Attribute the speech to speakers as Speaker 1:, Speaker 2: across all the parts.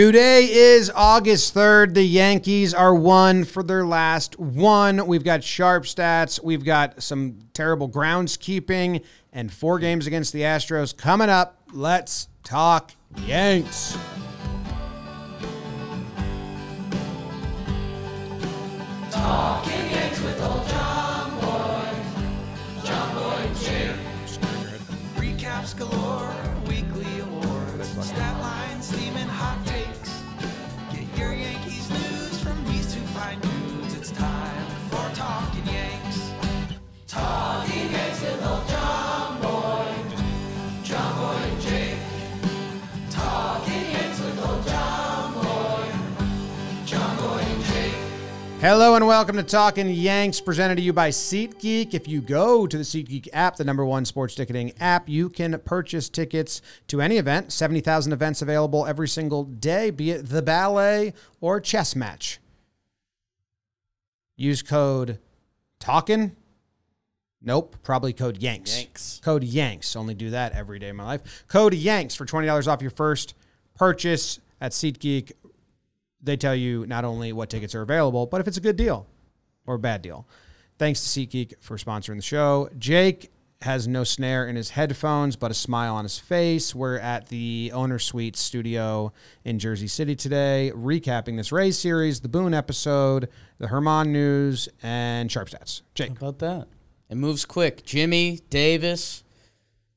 Speaker 1: Today is August 3rd. The Yankees are one for their last one. We've got sharp stats. We've got some terrible groundskeeping and four games against the Astros coming up. Let's talk Yanks.
Speaker 2: Recaps galore, weekly awards, stat lines, steaming hot takes. Get your Yankees news from these two fine dudes. It's time for Talking Yanks. Talking Yanks with old John Boy, John Boy and Jake. Talking Yanks with old John Boy, John Boy and Jake.
Speaker 1: Hello and welcome to Talking Yanks, presented to you by SeatGeek. If you go to the SeatGeek app, the number one sports ticketing app, you can purchase tickets to any event. 70,000 events available every single day, be it the ballet or chess match. Use code TALKIN. Nope, probably code Yanks.
Speaker 3: Yanks.
Speaker 1: Code Yanks. Only do that every day of my life. Code Yanks for $20 off your first purchase at SeatGeek they tell you not only what tickets are available, but if it's a good deal or a bad deal. Thanks to SeatGeek for sponsoring the show. Jake has no snare in his headphones, but a smile on his face. We're at the Owner Suite studio in Jersey City today, recapping this Ray series, the Boone episode, the Herman news, and Sharp Stats. Jake.
Speaker 3: about that? It moves quick. Jimmy, Davis,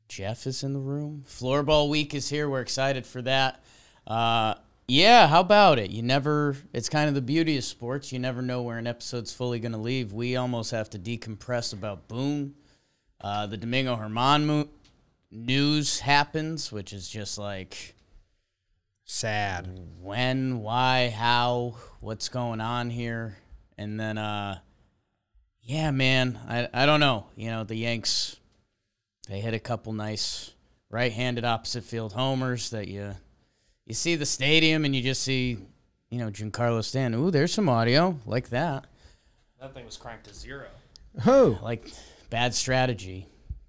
Speaker 3: Jeff is in the room. Floorball week is here. We're excited for that. Uh, yeah, how about it? You never, it's kind of the beauty of sports. You never know where an episode's fully going to leave. We almost have to decompress about Boone. Uh, the Domingo Herman mo- news happens, which is just like
Speaker 1: Sad.
Speaker 3: when, why, how, what's going on here. And then uh yeah, man, I I don't know. You know, the Yanks they hit a couple nice right-handed opposite field homers that you you see the stadium and you just see, you know, Giancarlo Stanton. Ooh, there's some audio like that.
Speaker 4: That thing was cranked to zero.
Speaker 1: Who?
Speaker 3: Like bad strategy,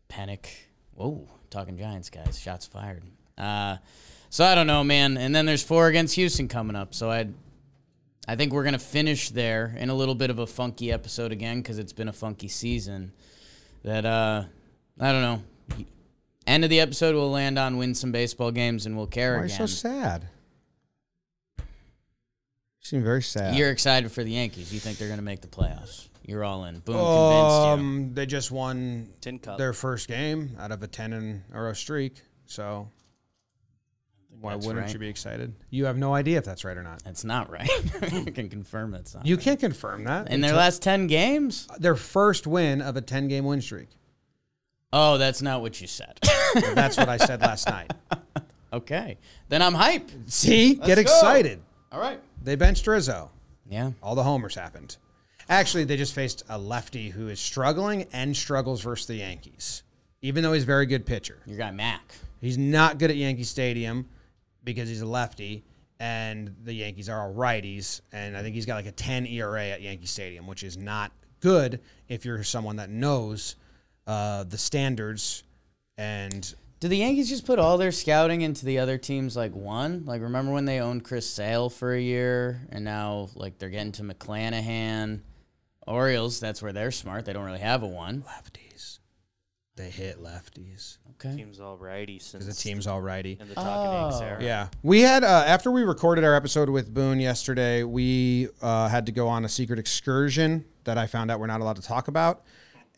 Speaker 3: panic. Whoa, talking Giants guys, shots fired. Uh, so I don't know, man. And then there's four against Houston coming up. So I, I think we're gonna finish there in a little bit of a funky episode again because it's been a funky season. That uh, I don't know. End of the episode, we'll land on win some baseball games and we'll care
Speaker 1: Why are you so
Speaker 3: again.
Speaker 1: sad? You seem very sad.
Speaker 3: You're excited for the Yankees. You think they're gonna make the playoffs. You're all in. Boom, convinced you.
Speaker 1: um, they just won
Speaker 4: Tin cup.
Speaker 1: their first game out of a 10 and or a streak. So why
Speaker 3: that's
Speaker 1: wouldn't
Speaker 3: right.
Speaker 1: you be excited? You have no idea if that's right or not.
Speaker 3: That's not right. I can confirm that's not.
Speaker 1: You can't confirm that.
Speaker 3: in their last 10 games?
Speaker 1: their first win of a 10 game win streak.
Speaker 3: Oh, that's not what you said.
Speaker 1: That's what I said last night.
Speaker 3: okay. Then I'm hype.
Speaker 1: See? Get
Speaker 3: go.
Speaker 1: excited.
Speaker 3: All right.
Speaker 1: They benched Rizzo.
Speaker 3: Yeah.
Speaker 1: All the homers happened. Actually, they just faced a lefty who is struggling and struggles versus the Yankees, even though he's a very good pitcher.
Speaker 3: Your guy Mac.
Speaker 1: He's not good at Yankee Stadium because he's a lefty, and the Yankees are all righties. And I think he's got like a 10 ERA at Yankee Stadium, which is not good if you're someone that knows uh, the standards. And
Speaker 3: Do the Yankees just put all their scouting into the other teams like one? Like remember when they owned Chris Sale for a year and now like they're getting to McClanahan. Orioles, that's where they're smart. They don't really have a one.
Speaker 1: lefties, they hit lefties
Speaker 3: Okay.
Speaker 4: Team's all righty since
Speaker 1: because the team's all righty.
Speaker 4: in the talking eggs era.
Speaker 1: Yeah, we had uh, after we recorded our episode with Boone yesterday, we uh, had to go on a secret excursion that I found out we're not allowed to talk about,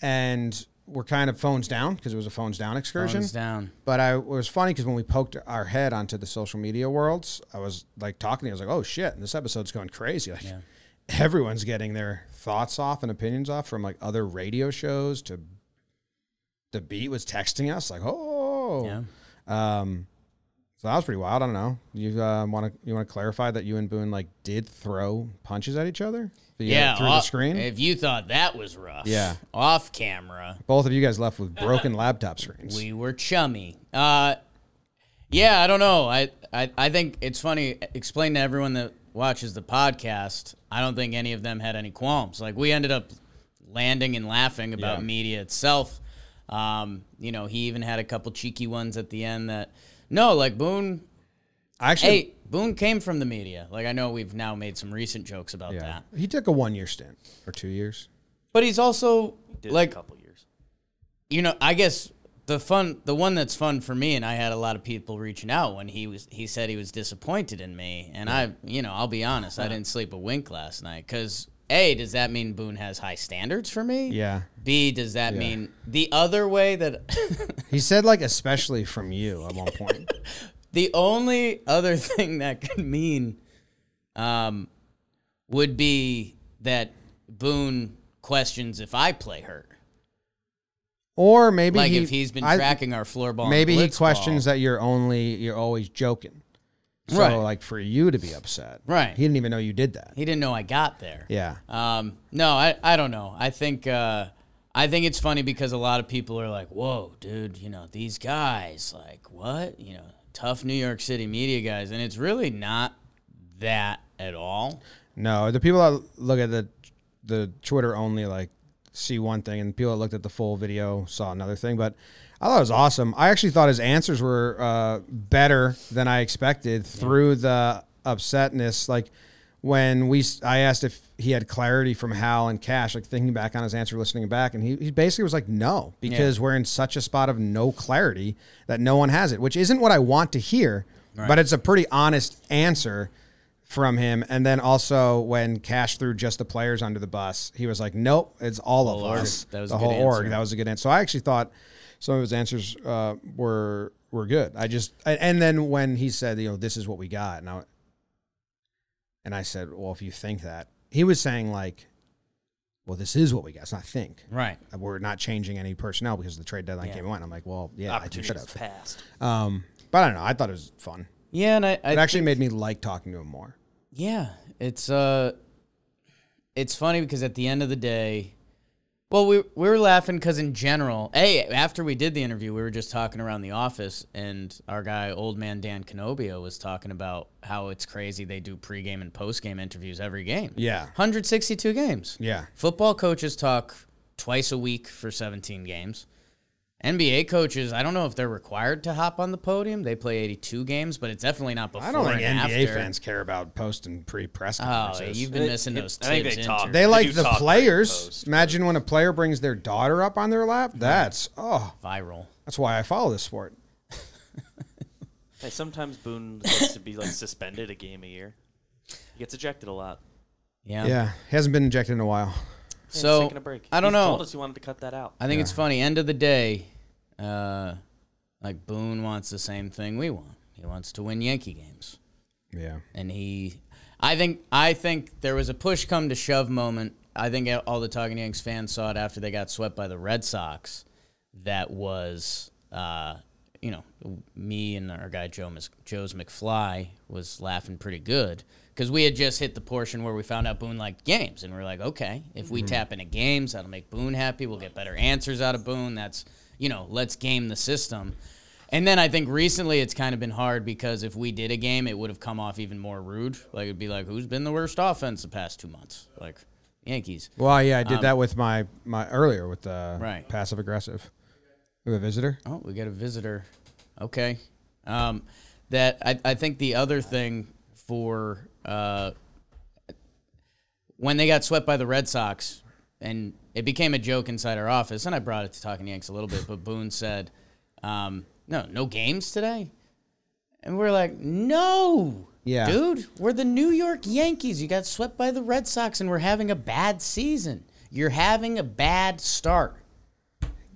Speaker 1: and we're kind of phones down because it was a phones down excursion.
Speaker 3: Phones down.
Speaker 1: But I it was funny because when we poked our head onto the social media worlds, I was like talking. to you, I was like, "Oh shit!" And this episode's going crazy. Like everyone's getting their thoughts off and opinions off from like other radio shows to the beat was texting us like, "Oh."
Speaker 3: Yeah.
Speaker 1: Um, so that was pretty wild. I don't know. You uh, want to you want to clarify that you and Boone like did throw punches at each other? Via-
Speaker 3: Yeah. uh,
Speaker 1: through the
Speaker 3: off-
Speaker 1: screen.
Speaker 3: If you thought that was rough.
Speaker 1: Yeah.
Speaker 3: Off camera.
Speaker 1: Both of you guys left with broken laptop screens.
Speaker 3: We were chummy. Uh, yeah, I don't know. I, I I think it's funny. Explain to everyone that watches the podcast. I don't think any of them had any qualms. Like we ended up landing and laughing about
Speaker 1: Yeah.
Speaker 3: media itself. Um, you know, he even had a couple cheeky ones at the end that no, like Boone.
Speaker 1: I actually
Speaker 3: Hey, Boone came from the media. Like I know we've now made some recent jokes about
Speaker 1: Yeah.
Speaker 3: that.
Speaker 1: He took a one year stint or two years.
Speaker 3: But he's also
Speaker 4: Did
Speaker 3: like
Speaker 4: a couple years.
Speaker 3: you know, I guess the fun, the one that's fun for me, and I had a lot of people reaching out when he was, he said he was disappointed in me, and I, you know, I'll be honest, I didn't sleep a wink last night because a, does that mean Boone has high standards for me?
Speaker 1: Yeah.
Speaker 3: B, does that mean the other way that
Speaker 1: He said like especially from you at one point.
Speaker 3: the only other thing that could mean, um, would be that Boone questions if I play hurt,
Speaker 1: Or maybe
Speaker 3: like
Speaker 1: he,
Speaker 3: if he's been
Speaker 1: I-
Speaker 3: tracking our floor ball. and
Speaker 1: Maybe he
Speaker 3: blitz ball.
Speaker 1: questions that you're only you're always joking. So
Speaker 3: Right.
Speaker 1: like for you to be upset.
Speaker 3: Right.
Speaker 1: He didn't even know you did that.
Speaker 3: He didn't know I got there.
Speaker 1: Yeah.
Speaker 3: Um, no, I, I don't know. I think uh, I think it's funny because a lot of people are like, "Whoa, dude, you know these guys, like what? You know, tough New York City media guys," and it's really not that at all.
Speaker 1: No, the people that look at the the Twitter only like see one thing, and people that looked at the full video saw another thing. But I thought it was awesome. I actually thought his answers were uh, better than I expected through the upsetness. Like when we, s- I asked if he had clarity from Hal and Cash. Like thinking back on his answer, listening back, and he, he basically was like, "No," because we're in such a spot of no clarity that no one has it, which isn't what I want to hear. But it's a pretty honest answer from him. And then also when Cash threw just the players under the bus, he was like, "Nope, it's all of
Speaker 3: org.
Speaker 1: us."
Speaker 3: That was
Speaker 1: the
Speaker 3: a good
Speaker 1: whole org.
Speaker 3: answer.
Speaker 1: That was a good answer. So I actually thought some of his answers uh, were were good. I just and, and then when he said, "You know, this is what we got," and I and I said, "Well, if you think that," he was saying like, "Well, this is what we got." It's not think.
Speaker 3: Right.
Speaker 1: We're not changing any personnel because the trade deadline
Speaker 3: Yeah.
Speaker 1: came and went. I'm like, well, yeah, I should
Speaker 4: Opportunities
Speaker 1: have.
Speaker 4: passed.
Speaker 1: Um, but I don't know. I thought it was fun.
Speaker 3: Yeah, and I, I
Speaker 1: It actually
Speaker 3: think-
Speaker 1: made me like talking to him more.
Speaker 3: Yeah, it's uh, it's funny because at the end of the day, well, we we were laughing because in general, hey, after we did the interview, we were just talking around the office, and our guy, old man Dan Canobio, was talking about how it's crazy they do pregame and postgame interviews every game.
Speaker 1: Yeah.
Speaker 3: 162 games.
Speaker 1: Yeah.
Speaker 3: Football coaches talk twice a week for 17 games. NBA coaches, I don't know if they're required to hop on the podium. They play 82 games, but it's definitely not before.
Speaker 1: I don't think
Speaker 3: and
Speaker 1: NBA
Speaker 3: after.
Speaker 1: fans care about post and pre press
Speaker 3: Oh,
Speaker 1: conferences.
Speaker 3: you've been missing
Speaker 4: It-
Speaker 3: those
Speaker 4: I think
Speaker 3: tips.
Speaker 4: they talk.
Speaker 3: into-
Speaker 1: they
Speaker 4: They
Speaker 1: like
Speaker 4: do
Speaker 1: the
Speaker 4: talk
Speaker 1: players.
Speaker 4: pre-post,
Speaker 1: Imagine when a player brings their daughter up on their lap. That's oh,
Speaker 3: viral.
Speaker 1: that's why I follow this sport.
Speaker 4: Hey, sometimes Boone gets to be like suspended a game a year. He gets ejected a lot.
Speaker 3: Yeah.
Speaker 1: Yeah, he hasn't been injected in a while.
Speaker 4: Hey, he's
Speaker 3: So
Speaker 4: taking a break.
Speaker 3: I don't
Speaker 4: He's
Speaker 3: know.
Speaker 4: Told us he wanted to cut that out.
Speaker 3: I think it's funny. End of the day, uh, like Boone wants the same thing we want. He wants to win Yankee games,
Speaker 1: Yeah,
Speaker 3: and he, I think, I think there was a push come to shove moment. I think all the Talking Yanks fans saw it after they got swept by the Red Sox. That was, uh, you know, me and our guy Joe Mis- Joe's McFly was laughing pretty good because we had just hit the portion where we found out Boone liked games, and we are like, okay, if we tap into games, that'll make Boone happy. We'll get better answers out of Boone. That's you know, let's game the system. And then I think recently it's kind of been hard because if we did a game, it would have come off even more rude. Like it'd be like, who's been the worst offense the past two months? Like Yankees.
Speaker 1: Well, yeah, I did that with my my earlier with the
Speaker 3: Right.
Speaker 1: passive aggressive. We have a visitor.
Speaker 3: Oh, we got a visitor. Okay. Um, that I, I think the other thing for uh, when they got swept by the Red Sox, and it became a joke inside our office, and I brought it to Talking Yanks a little bit, but Boone said, um, "No, no games today," and we're like, "No."
Speaker 1: Yeah.
Speaker 3: Dude, we're the New York Yankees. You got swept by the Red Sox and we're having a bad season. You're having a bad start.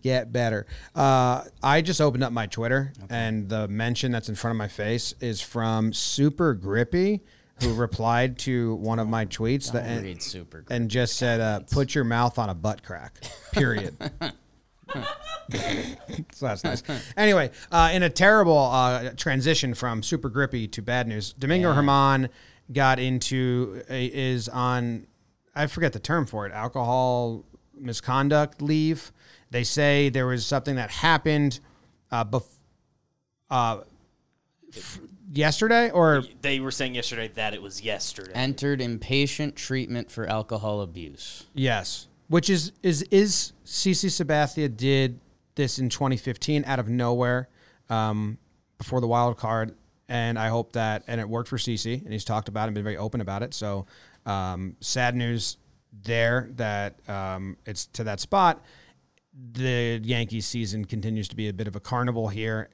Speaker 1: get better. Uh, I just opened up my Twitter, and the mention that's in front of my face is from Super Grippy, who replied to one of my tweets that,
Speaker 3: read Super Grippy
Speaker 1: and just said, uh, "Put your mouth on a butt crack." Period. so that's nice. Anyway, uh, in a terrible uh, transition from Super Grippy to bad news, Domingo Herman got into is on I forget the term for it, alcohol misconduct leave. They say there was something that happened uh, bef- uh, f- yesterday or
Speaker 4: They were saying yesterday that it was yesterday.
Speaker 3: entered inpatient treatment for alcohol abuse.
Speaker 1: yes, which is is is CC Sabathia did this in 2015 out of nowhere um, before the wild card. and I hope that and it worked for CC, and he's talked about it and been very open about it. So um, sad news there that um, it's to that spot. The Yankees season continues to be a bit of a carnival here,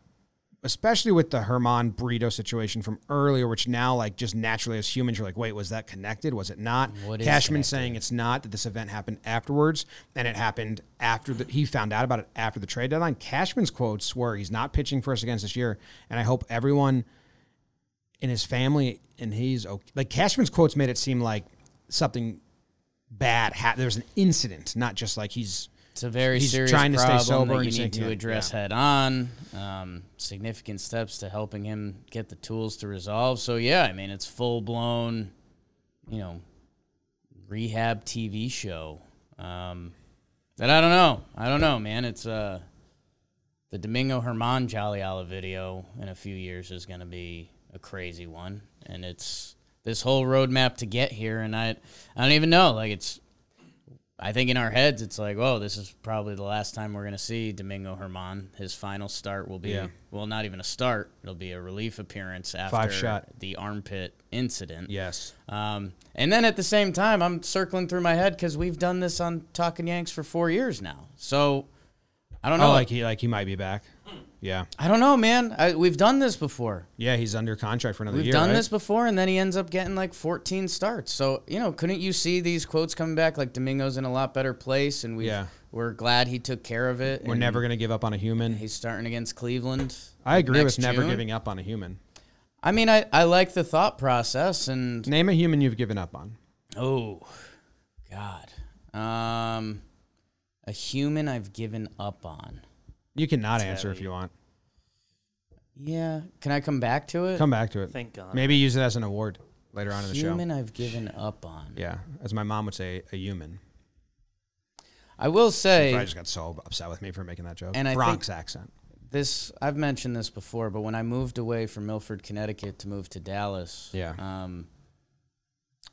Speaker 1: especially with the Herman Burrito situation from earlier, which now like just naturally as humans you're like, wait, was that connected? Was it not?
Speaker 3: What is
Speaker 1: Cashman
Speaker 3: connected?
Speaker 1: saying it's not that this event happened afterwards, and it happened after the, he found out about it after the trade deadline. Cashman's quotes were, "He's not pitching for us against this year," and I hope everyone in his family and he's okay. like Cashman's quotes made it seem like something bad. Ha- there was an incident, not just like he's
Speaker 3: It's a very
Speaker 1: He's
Speaker 3: serious
Speaker 1: trying to stay
Speaker 3: problem
Speaker 1: sober
Speaker 3: that
Speaker 1: and
Speaker 3: you
Speaker 1: he's
Speaker 3: need to
Speaker 1: intent,
Speaker 3: address
Speaker 1: yeah.
Speaker 3: head on. Um, significant steps to helping him get the tools to resolve. So yeah, I mean it's full blown, you know, rehab TV show. Um, that I don't know. I don't know, man. It's uh, the Domingo Herman Jaliala video in a few years is going to be a crazy one, and it's this whole roadmap to get here. And I, I don't even know. Like it's I think in our heads, it's like, oh, this is probably the last time we're going to see Domingo Herman. His final start will be,
Speaker 1: Yeah.
Speaker 3: well, not even a start. It'll be a relief appearance after
Speaker 1: shot.
Speaker 3: the armpit incident.
Speaker 1: yes,
Speaker 3: Um, and then at the same time, I'm circling through my head because we've done this on Talking Yanks for four years now. So I don't know.
Speaker 1: oh, like he like he might be back.
Speaker 3: Hmm.
Speaker 1: Yeah,
Speaker 3: I don't know, man. I, we've done this before.
Speaker 1: yeah, he's under contract for another
Speaker 3: We've
Speaker 1: year.
Speaker 3: done
Speaker 1: right?
Speaker 3: this before, and then he ends up getting like 14 starts. So you know, couldn't you see these quotes coming back? Like Domingo's in a lot better place, and we
Speaker 1: Yeah.
Speaker 3: we're glad he took care of it.
Speaker 1: We're never gonna give up on a human.
Speaker 3: He's starting against Cleveland.
Speaker 1: I agree
Speaker 3: next
Speaker 1: with never
Speaker 3: June.
Speaker 1: giving up on a human.
Speaker 3: I mean, I, I like the thought process, and
Speaker 1: Name a human you've given up on.
Speaker 3: oh, God, um, a human I've given up on.
Speaker 1: You cannot answer if you want.
Speaker 3: Yeah, can I come back to it?
Speaker 1: Come back to it.
Speaker 4: Thank God.
Speaker 1: Maybe use it as an award later on in the
Speaker 3: human
Speaker 1: show.
Speaker 3: I've given up on.
Speaker 1: Yeah, as my mom would say, a human.
Speaker 3: I will say.
Speaker 1: I just got so upset with me for making that joke.
Speaker 3: And I
Speaker 1: Bronx
Speaker 3: think-
Speaker 1: accent.
Speaker 3: this I've mentioned this before, but when I moved away from Milford, Connecticut to move to Dallas,
Speaker 1: Yeah.
Speaker 3: um,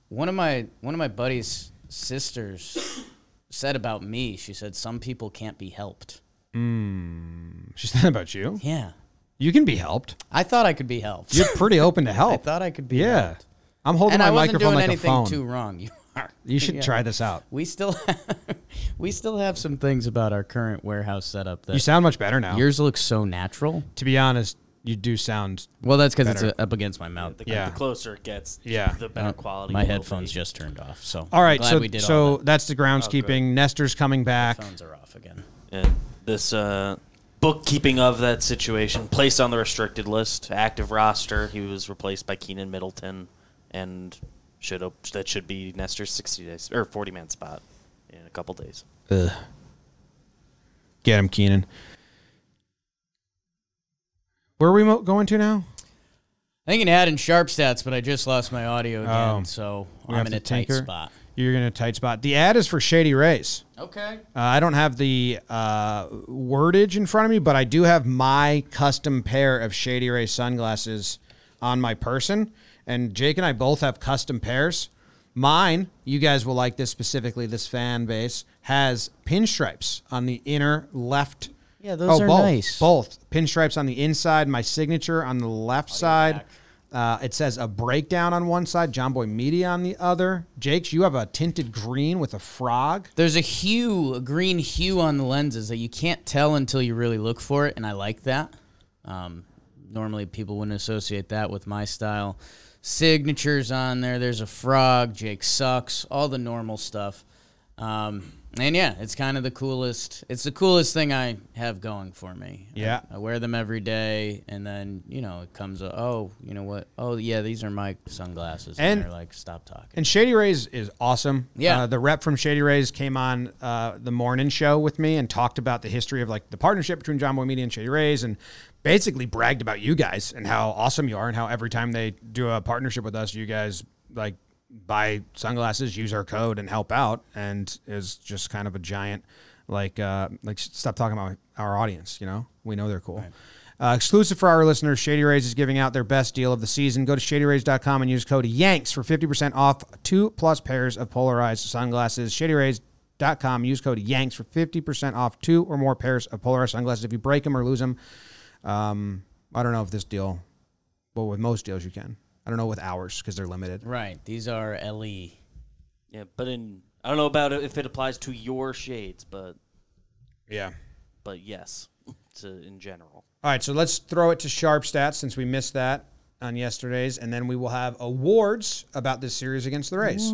Speaker 3: one of my one of my buddy's sisters said about me. She said some people can't be helped.
Speaker 1: She's not about you.
Speaker 3: Yeah,
Speaker 1: You can be helped.
Speaker 3: I thought I could be helped.
Speaker 1: You're pretty open to help.
Speaker 3: I thought I could be
Speaker 1: yeah.
Speaker 3: helped.
Speaker 1: I'm holding
Speaker 3: And
Speaker 1: my
Speaker 3: I wasn't
Speaker 1: microphone
Speaker 3: doing
Speaker 1: like a
Speaker 3: anything
Speaker 1: phone.
Speaker 3: too wrong. You are.
Speaker 1: you should
Speaker 3: Yeah.
Speaker 1: try this out.
Speaker 3: We still we still have some things about our current warehouse setup that
Speaker 1: You sound much better now.
Speaker 3: yours looks so natural.
Speaker 1: to be honest, you do sound.
Speaker 3: Well, that's because it's
Speaker 1: Better.
Speaker 3: uh, up against my mouth. Oh,
Speaker 4: The,
Speaker 1: Yeah.
Speaker 4: the closer it gets,
Speaker 1: Yeah.
Speaker 4: the better quality.
Speaker 3: My
Speaker 4: it will
Speaker 3: headphones
Speaker 4: be.
Speaker 3: just turned off. So
Speaker 1: All right,
Speaker 3: glad
Speaker 1: so
Speaker 3: we did all
Speaker 1: so
Speaker 3: that. Oh,
Speaker 1: that's the groundskeeping. Nestor's coming back.
Speaker 3: phones are off again.
Speaker 4: And this uh, bookkeeping of that situation, placed on the restricted list, active roster. He was replaced by Keenan Middleton, and should op- that should be Nestor's sixty days or forty man spot in a couple days.
Speaker 1: Ugh. Get him, Keenan. Where are we mo- going to now?
Speaker 3: I think it had in sharp stats, but I just lost my audio again,
Speaker 1: Oh.
Speaker 3: so
Speaker 1: We
Speaker 3: I'm
Speaker 1: have
Speaker 3: in
Speaker 1: to
Speaker 3: a tight
Speaker 1: tinker.
Speaker 3: spot.
Speaker 1: You're in a tight spot. The ad is for Shady Rays.
Speaker 3: Okay.
Speaker 1: Uh, I don't have the uh, wordage in front of me, but I do have my custom pair of Shady Ray sunglasses on my person. And Jake and I both have custom pairs. Mine, you guys will like this specifically, this fan base, has pinstripes on the inner left. Oh,
Speaker 3: Yeah, those are
Speaker 1: both,
Speaker 3: nice.
Speaker 1: Both pinstripes on the inside, my signature on the left side. Uh, it says a breakdown on one side, John Boy Media on the other. Jake's, you have a tinted green with a frog.
Speaker 3: There's a hue, a green hue on the lenses that you can't tell until you really look for it, and I like that. Um, normally, people wouldn't associate that with my style. Signatures on there. There's a frog. Jake sucks. All the normal stuff. Um, and yeah, it's kind of the coolest. It's the coolest thing I have going for me.
Speaker 1: Yeah.
Speaker 3: I, I wear them every day, and then you know it comes. uh, Oh, you know what? Oh yeah, these are my sunglasses. And,
Speaker 1: And-
Speaker 3: they're like, stop talking.
Speaker 1: And Shady Rays is awesome.
Speaker 3: Yeah.
Speaker 1: Uh, the rep from Shady Rays came on uh, the morning show with me and talked about the history of like the partnership between John Boy Media and Shady Rays and basically bragged about you guys and how awesome you are and how every time they do a partnership with us, you guys like buy sunglasses, use our code and help out. And is just kind of a giant like uh, like stop talking about our audience. You know, we know they're cool. Uh, exclusive for our listeners, Shady Rays is giving out their best deal of the season. Go to shadyrays.com and use code YANKS for 50% off two plus pairs of polarized sunglasses. Shadyrays.com, use code YANKS for 50% off two or more pairs of polarized sunglasses if you break them or lose them. Um, I don't know if this deal But with most deals, you can. I don't know with ours because they're limited.
Speaker 3: Right. These are E. LE.
Speaker 4: Yeah, but in I don't know about it if it applies to your shades, but
Speaker 1: Yeah.
Speaker 4: but yes, to in general.
Speaker 1: All right, so let's throw it to Sharp Stats since we missed that on yesterday's, and then we will have awards about this series against the Rays.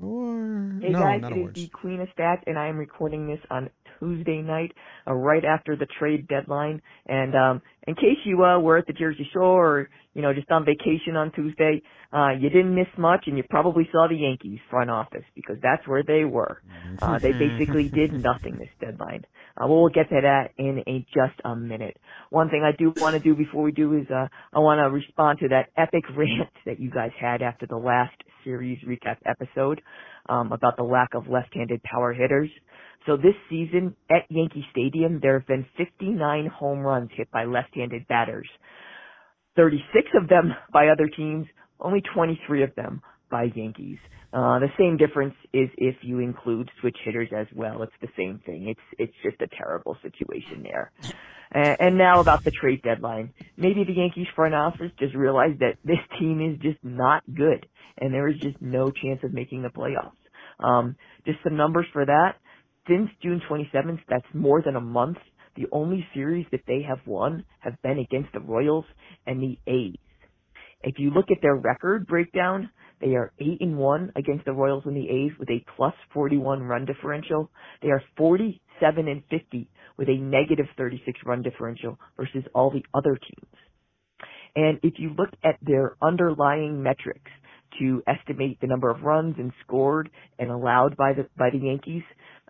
Speaker 1: Award.
Speaker 5: Hey
Speaker 1: no,
Speaker 5: guys,
Speaker 1: not
Speaker 5: it is
Speaker 1: awards.
Speaker 5: the Queen of Stats, and I am recording this on Tuesday night, uh, right after the trade deadline. And um, in case you uh, were at the Jersey Shore or you know just on vacation on Tuesday, uh, you didn't miss much, and you probably saw the Yankees front office because that's where they were. Uh, they basically did nothing this deadline. Uh, well, we'll get to that in a, just a minute. One thing I do want to do before we do is uh, I want to respond to that epic rant that you guys had after the last series recap episode um, about the lack of left-handed power hitters. So this season at Yankee Stadium, there have been 59 home runs hit by left-handed batters. 36 of them by other teams, only 23 of them by Yankees. Uh, the same difference is if you include switch hitters as well. It's the same thing. It's it's just a terrible situation there. And, and now about the trade deadline. Maybe the Yankees front office just realized that this team is just not good, and there is just no chance of making the playoffs. Um, just some numbers for that. Since June 27th, that's more than a month. The only series that they have won have been against the Royals and the A's. If you look at their record breakdown, they are eight and one against the Royals and the A's with a plus 41 run differential. They are 47 and 50 with a negative 36 run differential versus all the other teams. And if you look at their underlying metrics to estimate the number of runs and scored and allowed by the by the Yankees,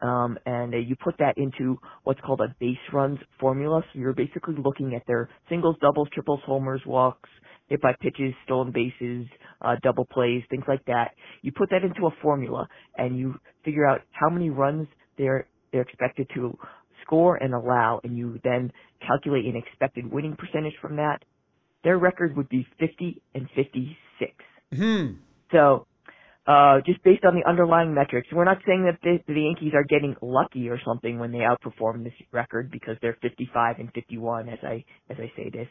Speaker 5: um, and uh, you put that into what's called a base runs formula, so you're basically looking at their singles, doubles, triples, homers, walks, hit by pitches, stolen bases, uh, double plays, things like that. You put that into a formula, and you figure out how many runs they're they're expected to score and allow, and you then calculate an expected winning percentage from that their record would be 50 and 56.
Speaker 1: Hmm.
Speaker 5: So, uh, just based on the underlying metrics, we're not saying that the, the Yankees are getting lucky or something when they outperform this record because they're 55 and 51 as I, as I say this.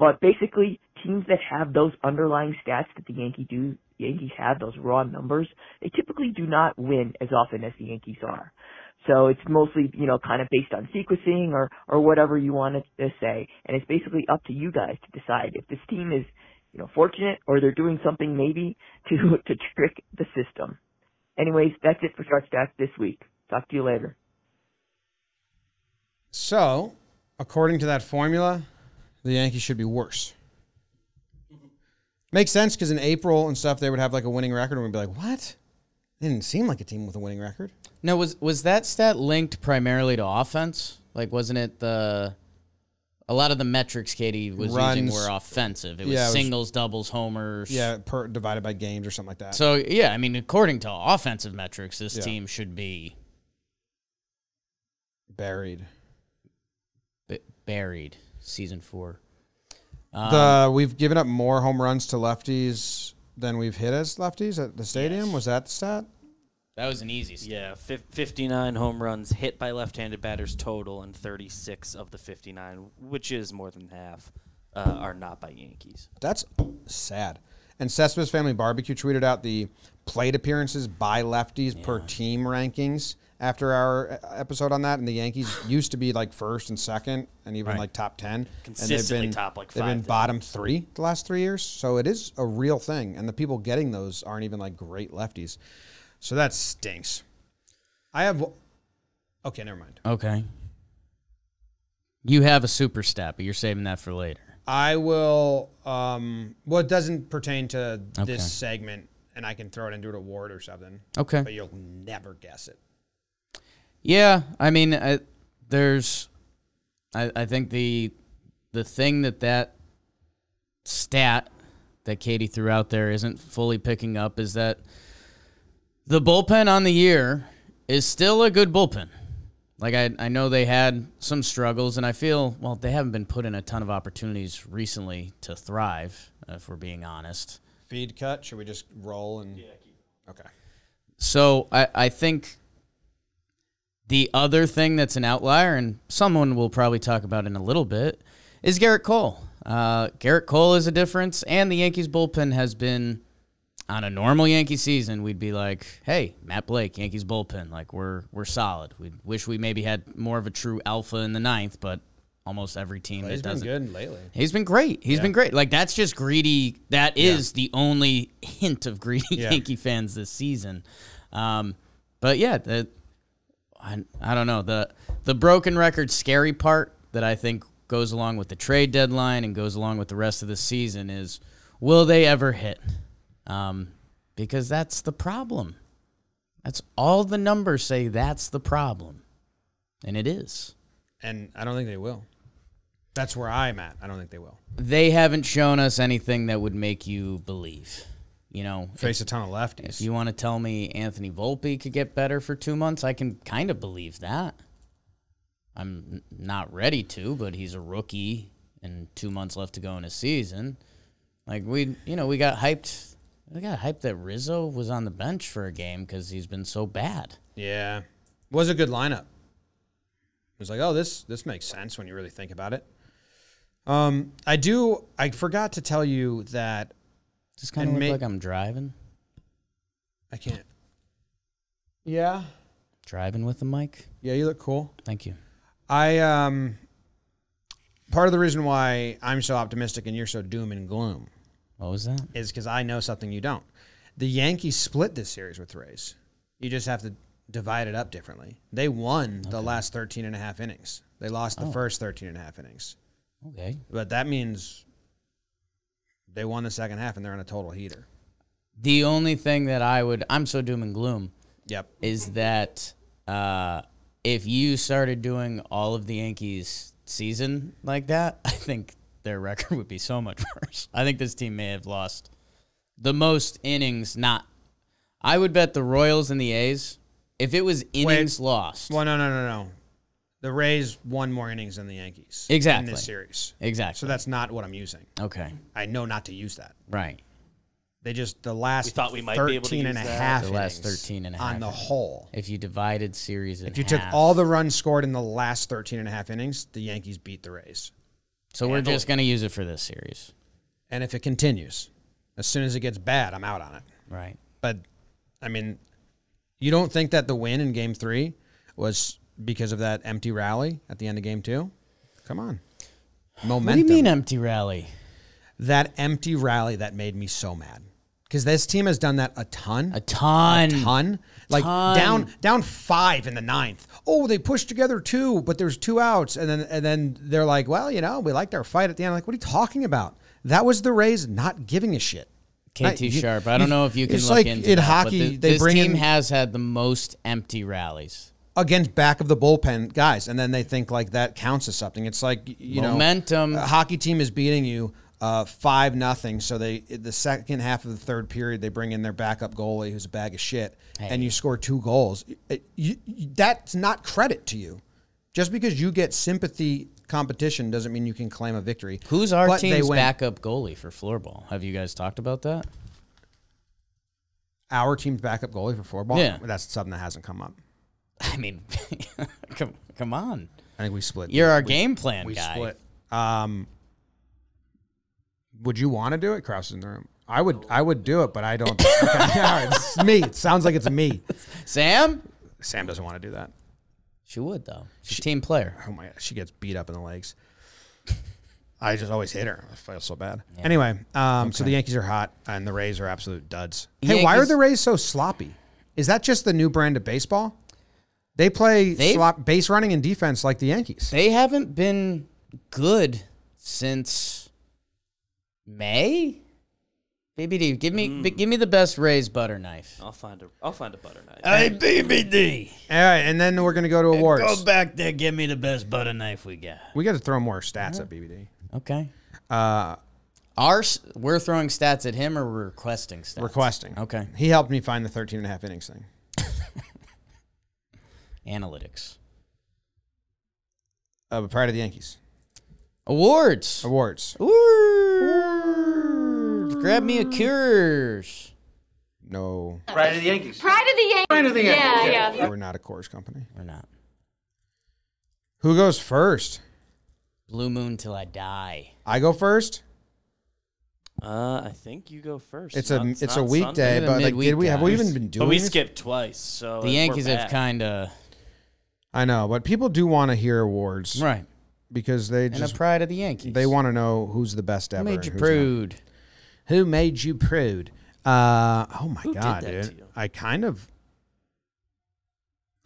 Speaker 5: But basically, teams that have those underlying stats that the Yankee do, Yankees have, those raw numbers, they typically do not win as often as the Yankees are. So it's mostly, you know, kind of based on sequencing or, or whatever you want it to say. And it's basically up to you guys to decide if this team is, you know, fortunate or they're doing something maybe to, to trick the system. Anyways, that's it for Shark Stats this week. Talk to you later.
Speaker 1: So, according to that formula, the Yankees should be worse. Makes sense because in April and stuff, they would have like a winning record, and we'd be like, "What? They didn't seem like a team with a winning record."
Speaker 3: No, was was that stat linked primarily to offense? Like, wasn't it the a lot of the metrics Katie was
Speaker 1: Runs.
Speaker 3: using were offensive? It was
Speaker 1: Yeah, it was-
Speaker 3: singles, doubles, homers.
Speaker 1: Yeah, per divided by games or something like that.
Speaker 3: So yeah, I mean, according to offensive metrics, this
Speaker 1: Yeah.
Speaker 3: team should be
Speaker 1: Buried.
Speaker 3: b- buried. Season four.
Speaker 1: the
Speaker 4: Um,
Speaker 1: we've given up more home runs to lefties than we've hit as lefties at the stadium. Was that the stat?
Speaker 3: That was an easy stat.
Speaker 4: Yeah, fif- 59 home runs hit by left-handed batters total, and 36 of the 59, which is more than half, uh, are not by Yankees.
Speaker 1: That's sad. And Cespedes Family Barbecue tweeted out the plate appearances by lefties per team rankings after our uh, episode on that, and the Yankees used to be like first and second, and even like top ten.
Speaker 4: Consistently
Speaker 1: and they've been,
Speaker 4: top, like,
Speaker 1: they've
Speaker 4: five
Speaker 1: been
Speaker 4: to
Speaker 1: bottom three the last three years, so it is a real thing, and the people getting those aren't even like great lefties, so that stinks. I have. Okay, never mind.
Speaker 3: Okay. You have a super stat, but you're saving that for later.
Speaker 1: I will. Um, well, it doesn't pertain to
Speaker 3: Okay.
Speaker 1: this segment, and I can throw it into an award or something.
Speaker 3: Okay.
Speaker 1: But you'll never guess it.
Speaker 3: Yeah, I mean, I, there's, I, I think the the thing that that stat that Katie threw out there isn't fully picking up is that the bullpen on the year is still a good bullpen. Like I, I know they had some struggles, and I feel well they haven't been put in a ton of opportunities recently to thrive. If we're being honest,
Speaker 1: Feed cut. Should we just roll and? Yeah. Okay.
Speaker 3: So I, I think The other thing that's an outlier, and someone will probably talk about in a little bit, is Garrett Cole. Uh, Garrett Cole is a difference, and the Yankees bullpen has been on a normal Yankee season. We'd be like, hey, Matt Blake, Yankees bullpen, like we're we're solid. We wish we maybe had more of a true alpha in the ninth, but almost every team that
Speaker 1: He's been
Speaker 3: doesn't.
Speaker 1: good lately.
Speaker 3: He's been great. He's been great. Like that's just greedy. That is the only hint of greedy
Speaker 1: Yeah.
Speaker 3: Yankee fans this season. Um, but yeah, the, I, I don't know the the broken record scary part that I think goes along with the trade deadline and goes along with the rest of the season is will they ever hit? Um, because that's the problem. That's all the numbers say. That's the problem, and it is.
Speaker 1: And I don't think they will. That's where I'm at. I don't think they will.
Speaker 3: they haven't shown us anything that would make you believe. You know,
Speaker 1: Face a ton of
Speaker 3: if
Speaker 1: lefties.
Speaker 3: you want to tell me Anthony Volpe could get better for two months, I can kind of believe that. I'm n- not ready to, but he's a rookie and two months left to go in his season. Like we, you know, we got hyped. We got hyped that Rizzo was on the bench for a game because he's been so bad.
Speaker 1: yeah. Was a good lineup. It was like, oh, this this makes sense when you really think about it. Um, I do I forgot to tell you that
Speaker 3: Just kind of
Speaker 1: And
Speaker 3: look
Speaker 1: ma-
Speaker 3: like I'm driving,
Speaker 1: I can't. Yeah.
Speaker 3: driving with the mic.
Speaker 1: Yeah, you look cool.
Speaker 3: Thank you.
Speaker 1: I um part of the reason why I'm so optimistic and you're so doom and gloom
Speaker 3: What was that?
Speaker 1: is because I know something you don't. The Yankees split this series with the Rays. You just have to divide it up differently. They won the last 13 and a half innings. They lost
Speaker 3: Oh.
Speaker 1: the first 13 and a half innings.
Speaker 3: Okay.
Speaker 1: But that means they won the second half and they're on a total heater.
Speaker 3: The only thing that I would, I'm so doom and gloom.
Speaker 1: Yep.
Speaker 3: is that uh, if you started doing all of the Yankees season like that, I think their record would be so much worse. I think this team may have lost the most innings. Not, I would bet the Royals and the A's. If it was innings lost,
Speaker 1: Well, no, no, no, no. The Rays won more innings than the Yankees
Speaker 3: Exactly.
Speaker 1: in this series.
Speaker 3: exactly.
Speaker 1: So that's not what I'm using.
Speaker 3: okay,
Speaker 1: I know not to use that.
Speaker 3: right?
Speaker 1: They just the last
Speaker 4: thought we might be
Speaker 1: 13
Speaker 4: able to
Speaker 1: and a
Speaker 4: use that.
Speaker 1: half
Speaker 3: The last
Speaker 1: innings
Speaker 3: 13 and a half
Speaker 1: on the
Speaker 3: innings.
Speaker 1: whole.
Speaker 3: If you divided series, in
Speaker 1: If you took
Speaker 3: half.
Speaker 1: all the runs scored in the last 13 and a half innings, the Yankees beat the Rays.
Speaker 3: so we're just gonna use it for this series,
Speaker 1: And if it continues, as soon as it gets bad, I'm out on it.
Speaker 3: right?
Speaker 1: But I mean, you don't think that the win in game 3 was because of that empty rally at the end of game 2? Come on. Momentum.
Speaker 3: What do you mean uh, empty rally?
Speaker 1: That empty rally that made me so mad. Cuz this team has done that a ton.
Speaker 3: A ton.
Speaker 1: ton. Like
Speaker 3: Ton.
Speaker 1: down down five in the ninth. Oh, they pushed together two, but there's two outs, and then and then they're like, well, you know, we liked our fight at the end. Like, what are you talking about? That was the Rays not giving a shit.
Speaker 3: KT
Speaker 1: I- you-
Speaker 3: Sharp. I don't know if you can
Speaker 1: it's
Speaker 3: look
Speaker 1: like
Speaker 3: into
Speaker 1: in
Speaker 3: that, but
Speaker 1: hockey,
Speaker 3: thi-
Speaker 1: they
Speaker 3: this
Speaker 1: bring
Speaker 3: team
Speaker 1: in-
Speaker 3: has had the most empty rallies.
Speaker 1: Against back of the bullpen guys, and then they think like that counts as something. It's like y- you
Speaker 3: Momentum.
Speaker 1: know, a hockey team is beating you uh, five nothing. So they the second half of the third period they bring in their backup goalie who's a bag of shit, and you score two goals. It- you- you- that's not credit to you. Just because you get sympathy competition doesn't mean you can claim a victory.
Speaker 3: Who's our
Speaker 1: But they
Speaker 3: team's
Speaker 1: win.
Speaker 3: backup goalie for floorball? Have you guys talked about that?
Speaker 1: Our team's backup goalie for four ball.
Speaker 3: Yeah.
Speaker 1: that's something that hasn't come up.
Speaker 3: I mean, come, come on.
Speaker 1: I think we split.
Speaker 3: You're our game plan
Speaker 1: we
Speaker 3: guy.
Speaker 1: split. Um, would you want to do it? Kraus is in the room. I would. I would do it, but I don't. Okay, all right, it's me. It sounds like it's me.
Speaker 3: Sam?
Speaker 1: Sam doesn't want to do that.
Speaker 3: She would, though. She's a team player.
Speaker 1: Oh my god, she gets beat up in the legs. I just always hit her. I feel so bad. Anyway, um, so the Yankees are hot and the Rays are absolute duds. Hey, why are
Speaker 3: Yankees-
Speaker 1: the Rays so sloppy? Is that just the new brand of baseball? They play
Speaker 3: They've-
Speaker 1: slop, base running and defense like the Yankees.
Speaker 3: They haven't been good since May? BBD, give me b- give me the best Ray's butter knife.
Speaker 4: I'll find a I'll find a butter knife.
Speaker 3: Hey, BBD.
Speaker 1: All right, and then we're gonna go to awards.
Speaker 3: Go back there, give me the best butter knife we got.
Speaker 1: We got to throw more stats at BBD.
Speaker 3: Okay.
Speaker 1: Uh,
Speaker 3: Our, s- we're throwing stats at him or we're requesting stats?
Speaker 1: requesting.
Speaker 3: Okay.
Speaker 1: He helped me find the 13 and a half innings thing.
Speaker 3: Analytics.
Speaker 1: Uh, but prior to the Yankees.
Speaker 3: Awards.
Speaker 1: Awards.
Speaker 3: Awards. Grab me a Coors.
Speaker 1: No,
Speaker 6: Pride of the Yankees. Pride of the Yankees. Yeah, yeah.
Speaker 1: we're not a chorus company.
Speaker 3: We're not.
Speaker 1: Who goes first?
Speaker 3: Blue Moon till I die.
Speaker 1: I go first.
Speaker 4: Uh, I think you go first.
Speaker 1: It's a
Speaker 4: Not-
Speaker 1: it's a
Speaker 4: not
Speaker 1: weekday,
Speaker 4: Sunday.
Speaker 3: Maybe
Speaker 1: but like,
Speaker 3: midweek,
Speaker 1: did we have we
Speaker 3: guys.
Speaker 1: even been doing?
Speaker 4: But we
Speaker 1: this?
Speaker 4: skipped twice, so
Speaker 3: The
Speaker 4: Oh, we're
Speaker 3: Yankees have
Speaker 4: back.
Speaker 3: kind of
Speaker 1: I know, but people do want to hear awards
Speaker 3: right,
Speaker 1: because they
Speaker 3: and the
Speaker 1: just
Speaker 3: pride of the Yankees.
Speaker 1: they want to know who's the best ever.
Speaker 3: Who made you
Speaker 1: who's not.
Speaker 3: prude.
Speaker 1: Who made you prude? Uh, oh my
Speaker 4: Who did
Speaker 1: god,
Speaker 4: that
Speaker 1: dude!
Speaker 4: to you?
Speaker 1: I kind of,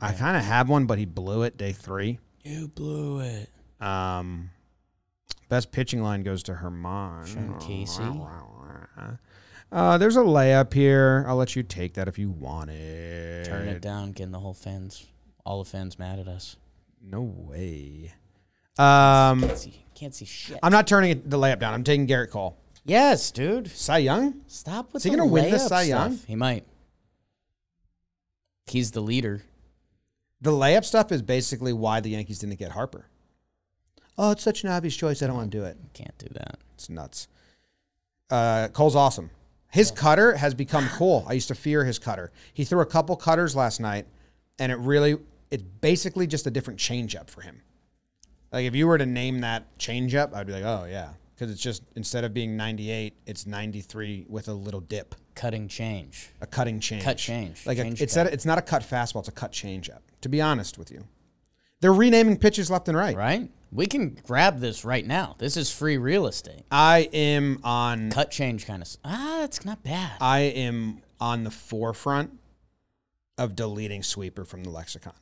Speaker 1: I kind of had one, but he blew it day three.
Speaker 3: You blew it.
Speaker 1: Um, best pitching line goes to Herman.
Speaker 3: Sean Casey.
Speaker 1: Uh, there's a layup here. I'll let you take that if you want it.
Speaker 3: Turn it down, getting the whole fans, all the fans mad at us.
Speaker 1: No way. Um,
Speaker 3: Can't see, can't see shit.
Speaker 1: I'm not turning the layup down. I'm taking Garrett Cole.
Speaker 3: yes, dude.
Speaker 1: Cy Young.
Speaker 3: Stop with
Speaker 1: Is he
Speaker 3: the
Speaker 1: gonna win the
Speaker 3: layup
Speaker 1: Cy Young?
Speaker 3: stuff. He might. He's the leader.
Speaker 1: The layup stuff is basically why the Yankees didn't get Harper. Oh, it's such an obvious choice. I don't want to do it.
Speaker 3: Can't do that.
Speaker 1: It's nuts. Uh, Cole's awesome. His cutter has become cool. I used to fear his cutter. He threw a couple cutters last night, and it really, it's basically just a different changeup for him. Like if you were to name that changeup, I'd be like, oh yeah, because it's just instead of being 98, it's 93 with a little dip,
Speaker 3: Cutting change.
Speaker 1: a cutting change.
Speaker 3: Cut change.
Speaker 1: Like
Speaker 3: Change
Speaker 1: a, it's not-
Speaker 3: cut.
Speaker 1: it's not a cut fastball, it's a cut changeup. To be honest with you, they're renaming pitches left and right.
Speaker 3: Right? We can grab this right now. This is free real estate.
Speaker 1: I am on
Speaker 3: Cut change kind of. s- Ah, that's not bad.
Speaker 1: I am on the forefront of deleting sweeper from the lexicon.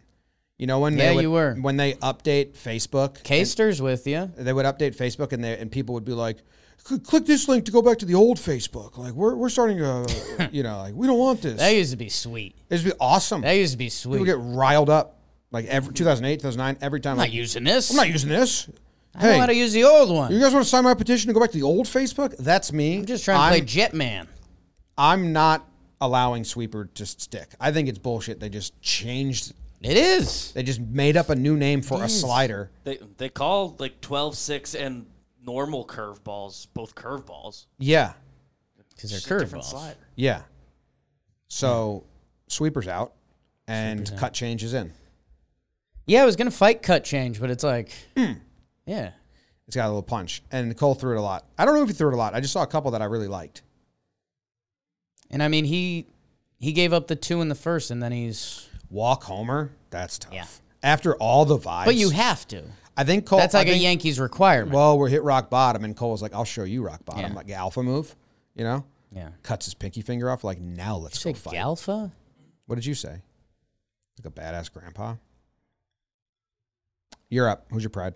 Speaker 1: You know when
Speaker 3: Yeah,
Speaker 1: they would-
Speaker 3: you were.
Speaker 1: when they update Facebook.
Speaker 3: Caster's with you.
Speaker 1: They would update Facebook and they and people would be like, "Cl- click this link to go back to the old Facebook. Like we're we're starting to, you know, like we don't want this.
Speaker 3: That used to be sweet.
Speaker 1: This would be awesome.
Speaker 3: That used to be
Speaker 1: People
Speaker 3: sweet.
Speaker 1: get riled up. Like every 2008, 2009, every time.
Speaker 3: I'm
Speaker 1: like,
Speaker 3: not using this.
Speaker 1: I'm not using this.
Speaker 3: I know how to
Speaker 1: hey,
Speaker 3: use the old one.
Speaker 1: you guys want to sign my petition to go back to the old Facebook? That's me.
Speaker 3: I'm just trying to play Jetman.
Speaker 1: I'm not allowing sweeper to stick. I think it's bullshit. They just changed.
Speaker 3: It is.
Speaker 1: They just made up a new name for a slider.
Speaker 4: They they call like 12-6 and normal curveballs both curveballs.
Speaker 1: Yeah,
Speaker 3: Because they're
Speaker 4: Just a different
Speaker 3: curveballs.
Speaker 4: slider.
Speaker 1: yeah. So sweeper's out, and cut change is in.
Speaker 3: Yeah, I was going to fight cut change, but it's like,
Speaker 1: Hmm.
Speaker 3: yeah.
Speaker 1: It's got a little punch, and Cole threw it a lot. I don't know if he threw it a lot. I just saw a couple that I really liked.
Speaker 3: And I mean, he he gave up the two in the first, and then he's.
Speaker 1: Walk homer, that's tough.
Speaker 3: Yeah.
Speaker 1: After all the vibes,
Speaker 3: But you have to.
Speaker 1: I think Cole.
Speaker 3: That's like
Speaker 1: I
Speaker 3: a
Speaker 1: think-
Speaker 3: Yankees requirement.
Speaker 1: Well, we're hit rock bottom, and Cole was like, "I'll show you rock bottom."
Speaker 3: Yeah.
Speaker 1: Like alpha move, you know.
Speaker 3: yeah.
Speaker 1: Cuts his pinky finger off. Like now, let's
Speaker 3: Say
Speaker 1: go fight.
Speaker 3: Galfa?
Speaker 1: What did you say? Like a badass grandpa? You're up. Who's your pride?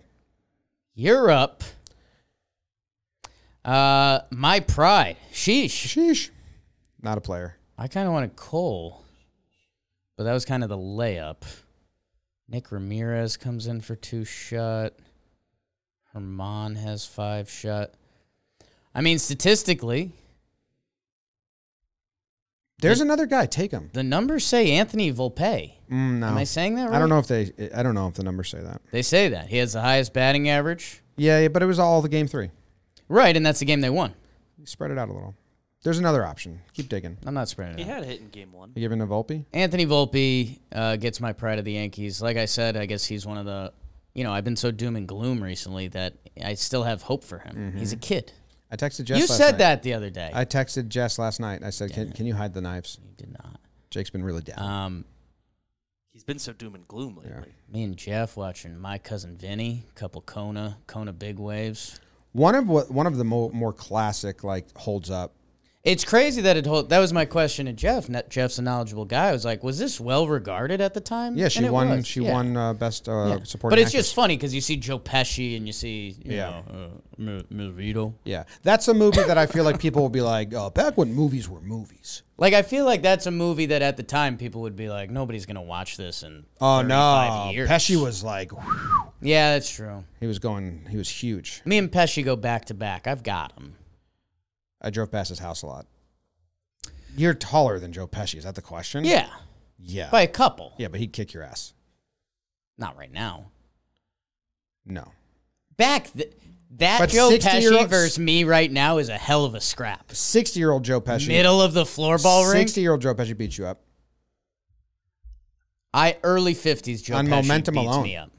Speaker 3: Europe. Uh, my pride. Sheesh.
Speaker 1: Sheesh. Not a player.
Speaker 3: I kind of wanted Cole, but that was kind of the layup. Nick Ramirez comes in for two shut. Herman has five shut. I mean, statistically,
Speaker 1: There's another guy. Take him.
Speaker 3: the numbers say Anthony Volpe.
Speaker 1: Mm, no.
Speaker 3: Am I saying that right?
Speaker 1: I don't know if they. I don't know if the numbers say that.
Speaker 3: They say that. He has the highest batting average.
Speaker 1: Yeah, yeah, but it was all the game three.
Speaker 3: Right, and that's the game they won.
Speaker 1: Spread it out a little. There's another option. Keep digging.
Speaker 3: I'm not spreading it.
Speaker 4: He
Speaker 3: out.
Speaker 4: had a hit in game 1.
Speaker 1: You giving to Volpe?
Speaker 3: Anthony Volpe uh, gets my pride of the Yankees. Like I said, I guess he's one of the, you know, I've been so doom and gloom recently that I still have hope for him. He's a kid.
Speaker 1: I texted Jess.
Speaker 3: you
Speaker 1: Mm-hmm. last
Speaker 3: said
Speaker 1: night.
Speaker 3: that the other day.
Speaker 1: I texted Jess last night. I said, "Can, can you hide the knives?"
Speaker 3: you did not.
Speaker 1: Jake's been really down.
Speaker 3: Um,
Speaker 4: He's been so doom and gloom lately.
Speaker 3: me and Jeff watching my cousin Vinny, couple Kona, Kona big waves.
Speaker 1: one of what one of the more, more classic like holds up
Speaker 3: It's crazy that it hold. That was my question to Jeff. Not- Jeff's a knowledgeable guy. I was like, was this well regarded at the time?
Speaker 1: Yeah, she
Speaker 3: And it
Speaker 1: won.
Speaker 3: was.
Speaker 1: She
Speaker 3: Yeah.
Speaker 1: won uh, best uh,
Speaker 3: Yeah.
Speaker 1: supporting.
Speaker 3: But it's
Speaker 1: actress.
Speaker 3: just funny because you see Joe Pesci and you see, you
Speaker 1: Yeah.
Speaker 3: know, uh, Mil- Milvito.
Speaker 1: yeah, that's a movie that I feel like people will be like, oh, back when movies were movies.
Speaker 3: Like I feel like that's a movie that at the time people would be like, nobody's gonna watch this in
Speaker 1: Oh no,
Speaker 3: 35 years.
Speaker 1: Pesci was like,
Speaker 3: Yeah, that's true.
Speaker 1: he was going, he was huge.
Speaker 3: Me and Pesci go back to back. I've got him.
Speaker 1: I drove past his house a lot. You're taller than Joe Pesci. Is that the question?
Speaker 3: Yeah,
Speaker 1: yeah,
Speaker 3: by a couple.
Speaker 1: yeah. But he'd kick your ass.
Speaker 3: Not right now.
Speaker 1: No,
Speaker 3: Back th- that
Speaker 1: But
Speaker 3: Joe
Speaker 1: 60-year-olds-
Speaker 3: Pesci versus me right now is a hell of a scrap.
Speaker 1: sixty-year-old Joe Pesci.
Speaker 3: Middle of the floorball ring.
Speaker 1: Sixty-year-old Joe Pesci beat you up.
Speaker 3: I early fifties Joe
Speaker 1: On
Speaker 3: Pesci
Speaker 1: momentum
Speaker 3: beats
Speaker 1: alone.
Speaker 3: me up.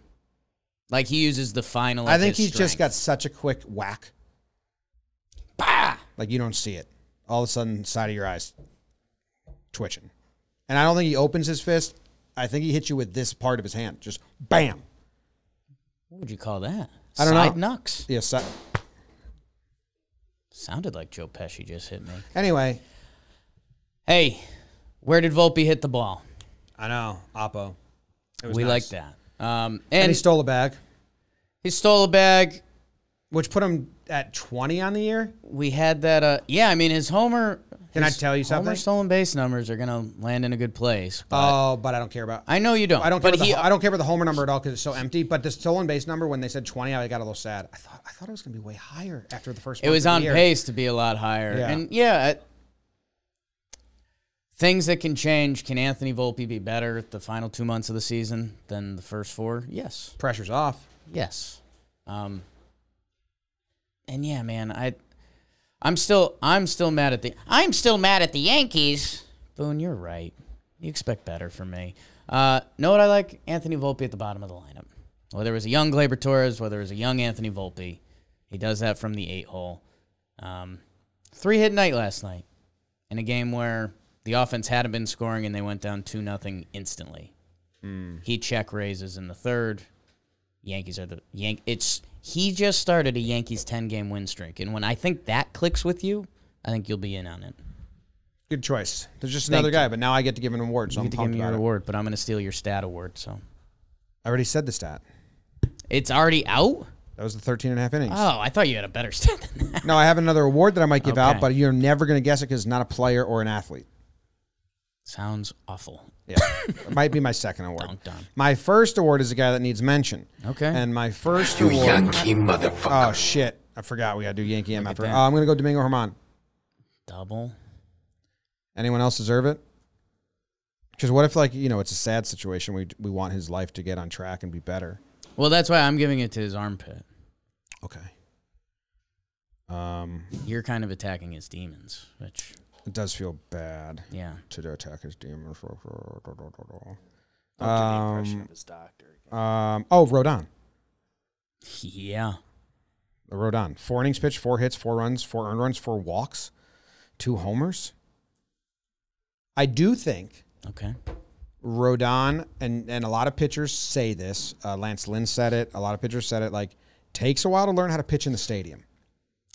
Speaker 3: Like he uses the final.
Speaker 1: I think he's just got such a quick whack.
Speaker 3: Bah!
Speaker 1: Like you don't see it. All of a sudden, side of your eyes twitching. And I don't think he opens his fist. I think he hits you with this part of his hand. Just bam.
Speaker 3: What would you call that?
Speaker 1: I don't know.
Speaker 3: Side knucks.
Speaker 1: Yeah, si-
Speaker 3: Sounded like Joe Pesci just hit me.
Speaker 1: Anyway,
Speaker 3: Hey, where did Volpe hit the ball?
Speaker 1: I know Oppo. It was
Speaker 3: We
Speaker 1: nice.
Speaker 3: like that. Um, and,
Speaker 1: And
Speaker 3: he,
Speaker 1: he stole a bag,
Speaker 3: stole a bag.
Speaker 1: which put him at twenty on the year.
Speaker 3: We had that. Uh, yeah, I mean his homer.
Speaker 1: Can I
Speaker 3: his
Speaker 1: tell you something?
Speaker 3: Homer stolen base numbers are gonna land in a good place. But
Speaker 1: Oh, but I don't care about.
Speaker 3: I know you don't.
Speaker 1: I don't care.
Speaker 3: But
Speaker 1: About
Speaker 3: he,
Speaker 1: the, I don't care about the homer number at all because it's so empty. But the stolen base number, when they said twenty, I got a little sad. I thought I thought it was going to be way higher after the first.
Speaker 3: It
Speaker 1: month
Speaker 3: was
Speaker 1: of the
Speaker 3: on
Speaker 1: year.
Speaker 3: pace to be a lot higher.
Speaker 1: Yeah.
Speaker 3: And yeah, it- things that can change. Can Anthony Volpe be better at the final two months of the season than the first four? Yes.
Speaker 1: Pressure's off.
Speaker 3: Yes. Um, and yeah, man, I, I'm still, I'm still mad at the, I'm still mad at the Yankees. Boone, you're right. You expect better from me. Uh, know what I like? Anthony Volpe at the bottom of the lineup. Whether it was a young Glaber Torres, whether it was a young Anthony Volpe, he does that from the eight hole. Um, three hit night last night in a game where the offense hadn't been scoring and they went down two nothing instantly. He check raises in the third. Yankees are the Yank. It's he just started a Yankees ten game win streak, and when I think that clicks with you, I think you'll be in on it.
Speaker 1: Good choice. There's just
Speaker 3: Thank
Speaker 1: another
Speaker 3: you.
Speaker 1: guy, but now I get to give an award. So I'm
Speaker 3: You get to give
Speaker 1: pumped
Speaker 3: me
Speaker 1: about
Speaker 3: your
Speaker 1: it.
Speaker 3: award, but I'm going to steal your stat award. So
Speaker 1: I already said the stat.
Speaker 3: it's already out.
Speaker 1: That was the 13 and a half innings.
Speaker 3: Oh, I thought you had a better stat than that.
Speaker 1: No, I have another award that I might give out,
Speaker 3: Okay.
Speaker 1: but you're never going to guess it because it's not a player or an athlete.
Speaker 3: Sounds awful.
Speaker 1: Yeah. it might be my second award.
Speaker 3: Dunked on.
Speaker 1: My first award is a guy that needs mention.
Speaker 3: Okay.
Speaker 1: And my first
Speaker 6: You
Speaker 1: award.
Speaker 6: Yankee motherfucker.
Speaker 1: Oh, shit. I forgot we got to do Yankee M
Speaker 3: at
Speaker 1: after. Uh,
Speaker 3: that.
Speaker 1: I'm going to go Domingo Herman.
Speaker 3: Double.
Speaker 1: Anyone else deserve it? Because what if, like, you know, it's a sad situation. We, we want his life to get on track and be better.
Speaker 3: Well, that's why I'm giving it to his armpit.
Speaker 1: Okay. Um,
Speaker 3: You're kind of attacking his demons, which
Speaker 1: it does feel bad
Speaker 3: yeah.
Speaker 1: to attack his demons.
Speaker 4: Don't give the impression of his doctor.
Speaker 1: Um, oh, Rodon.
Speaker 3: Yeah.
Speaker 1: Rodon. Four innings pitched, four hits, four runs, four earned runs, four walks, two homers. I do think
Speaker 3: Okay.
Speaker 1: Rodon, and, and a lot of pitchers say this. Uh, Lance Lynn said it. A lot of pitchers said it. Like, takes a while to learn how to pitch in the stadium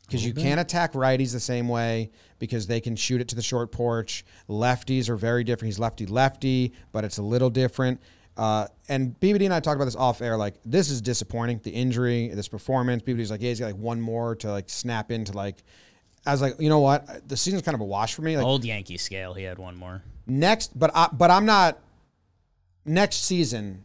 Speaker 1: because you can't attack righties the same way because they can shoot it to the short porch. Lefties are very different. He's lefty lefty, but it's a little different. Uh, and BBD and I talked about this off air. Like, this is disappointing. The injury, this performance. BBD's like, yeah, he's got like one more to like snap into like. I was like, you know what? The season's kind of a wash for me. Like,
Speaker 3: Old Yankee scale. He had one more.
Speaker 1: next but I, but I'm not next season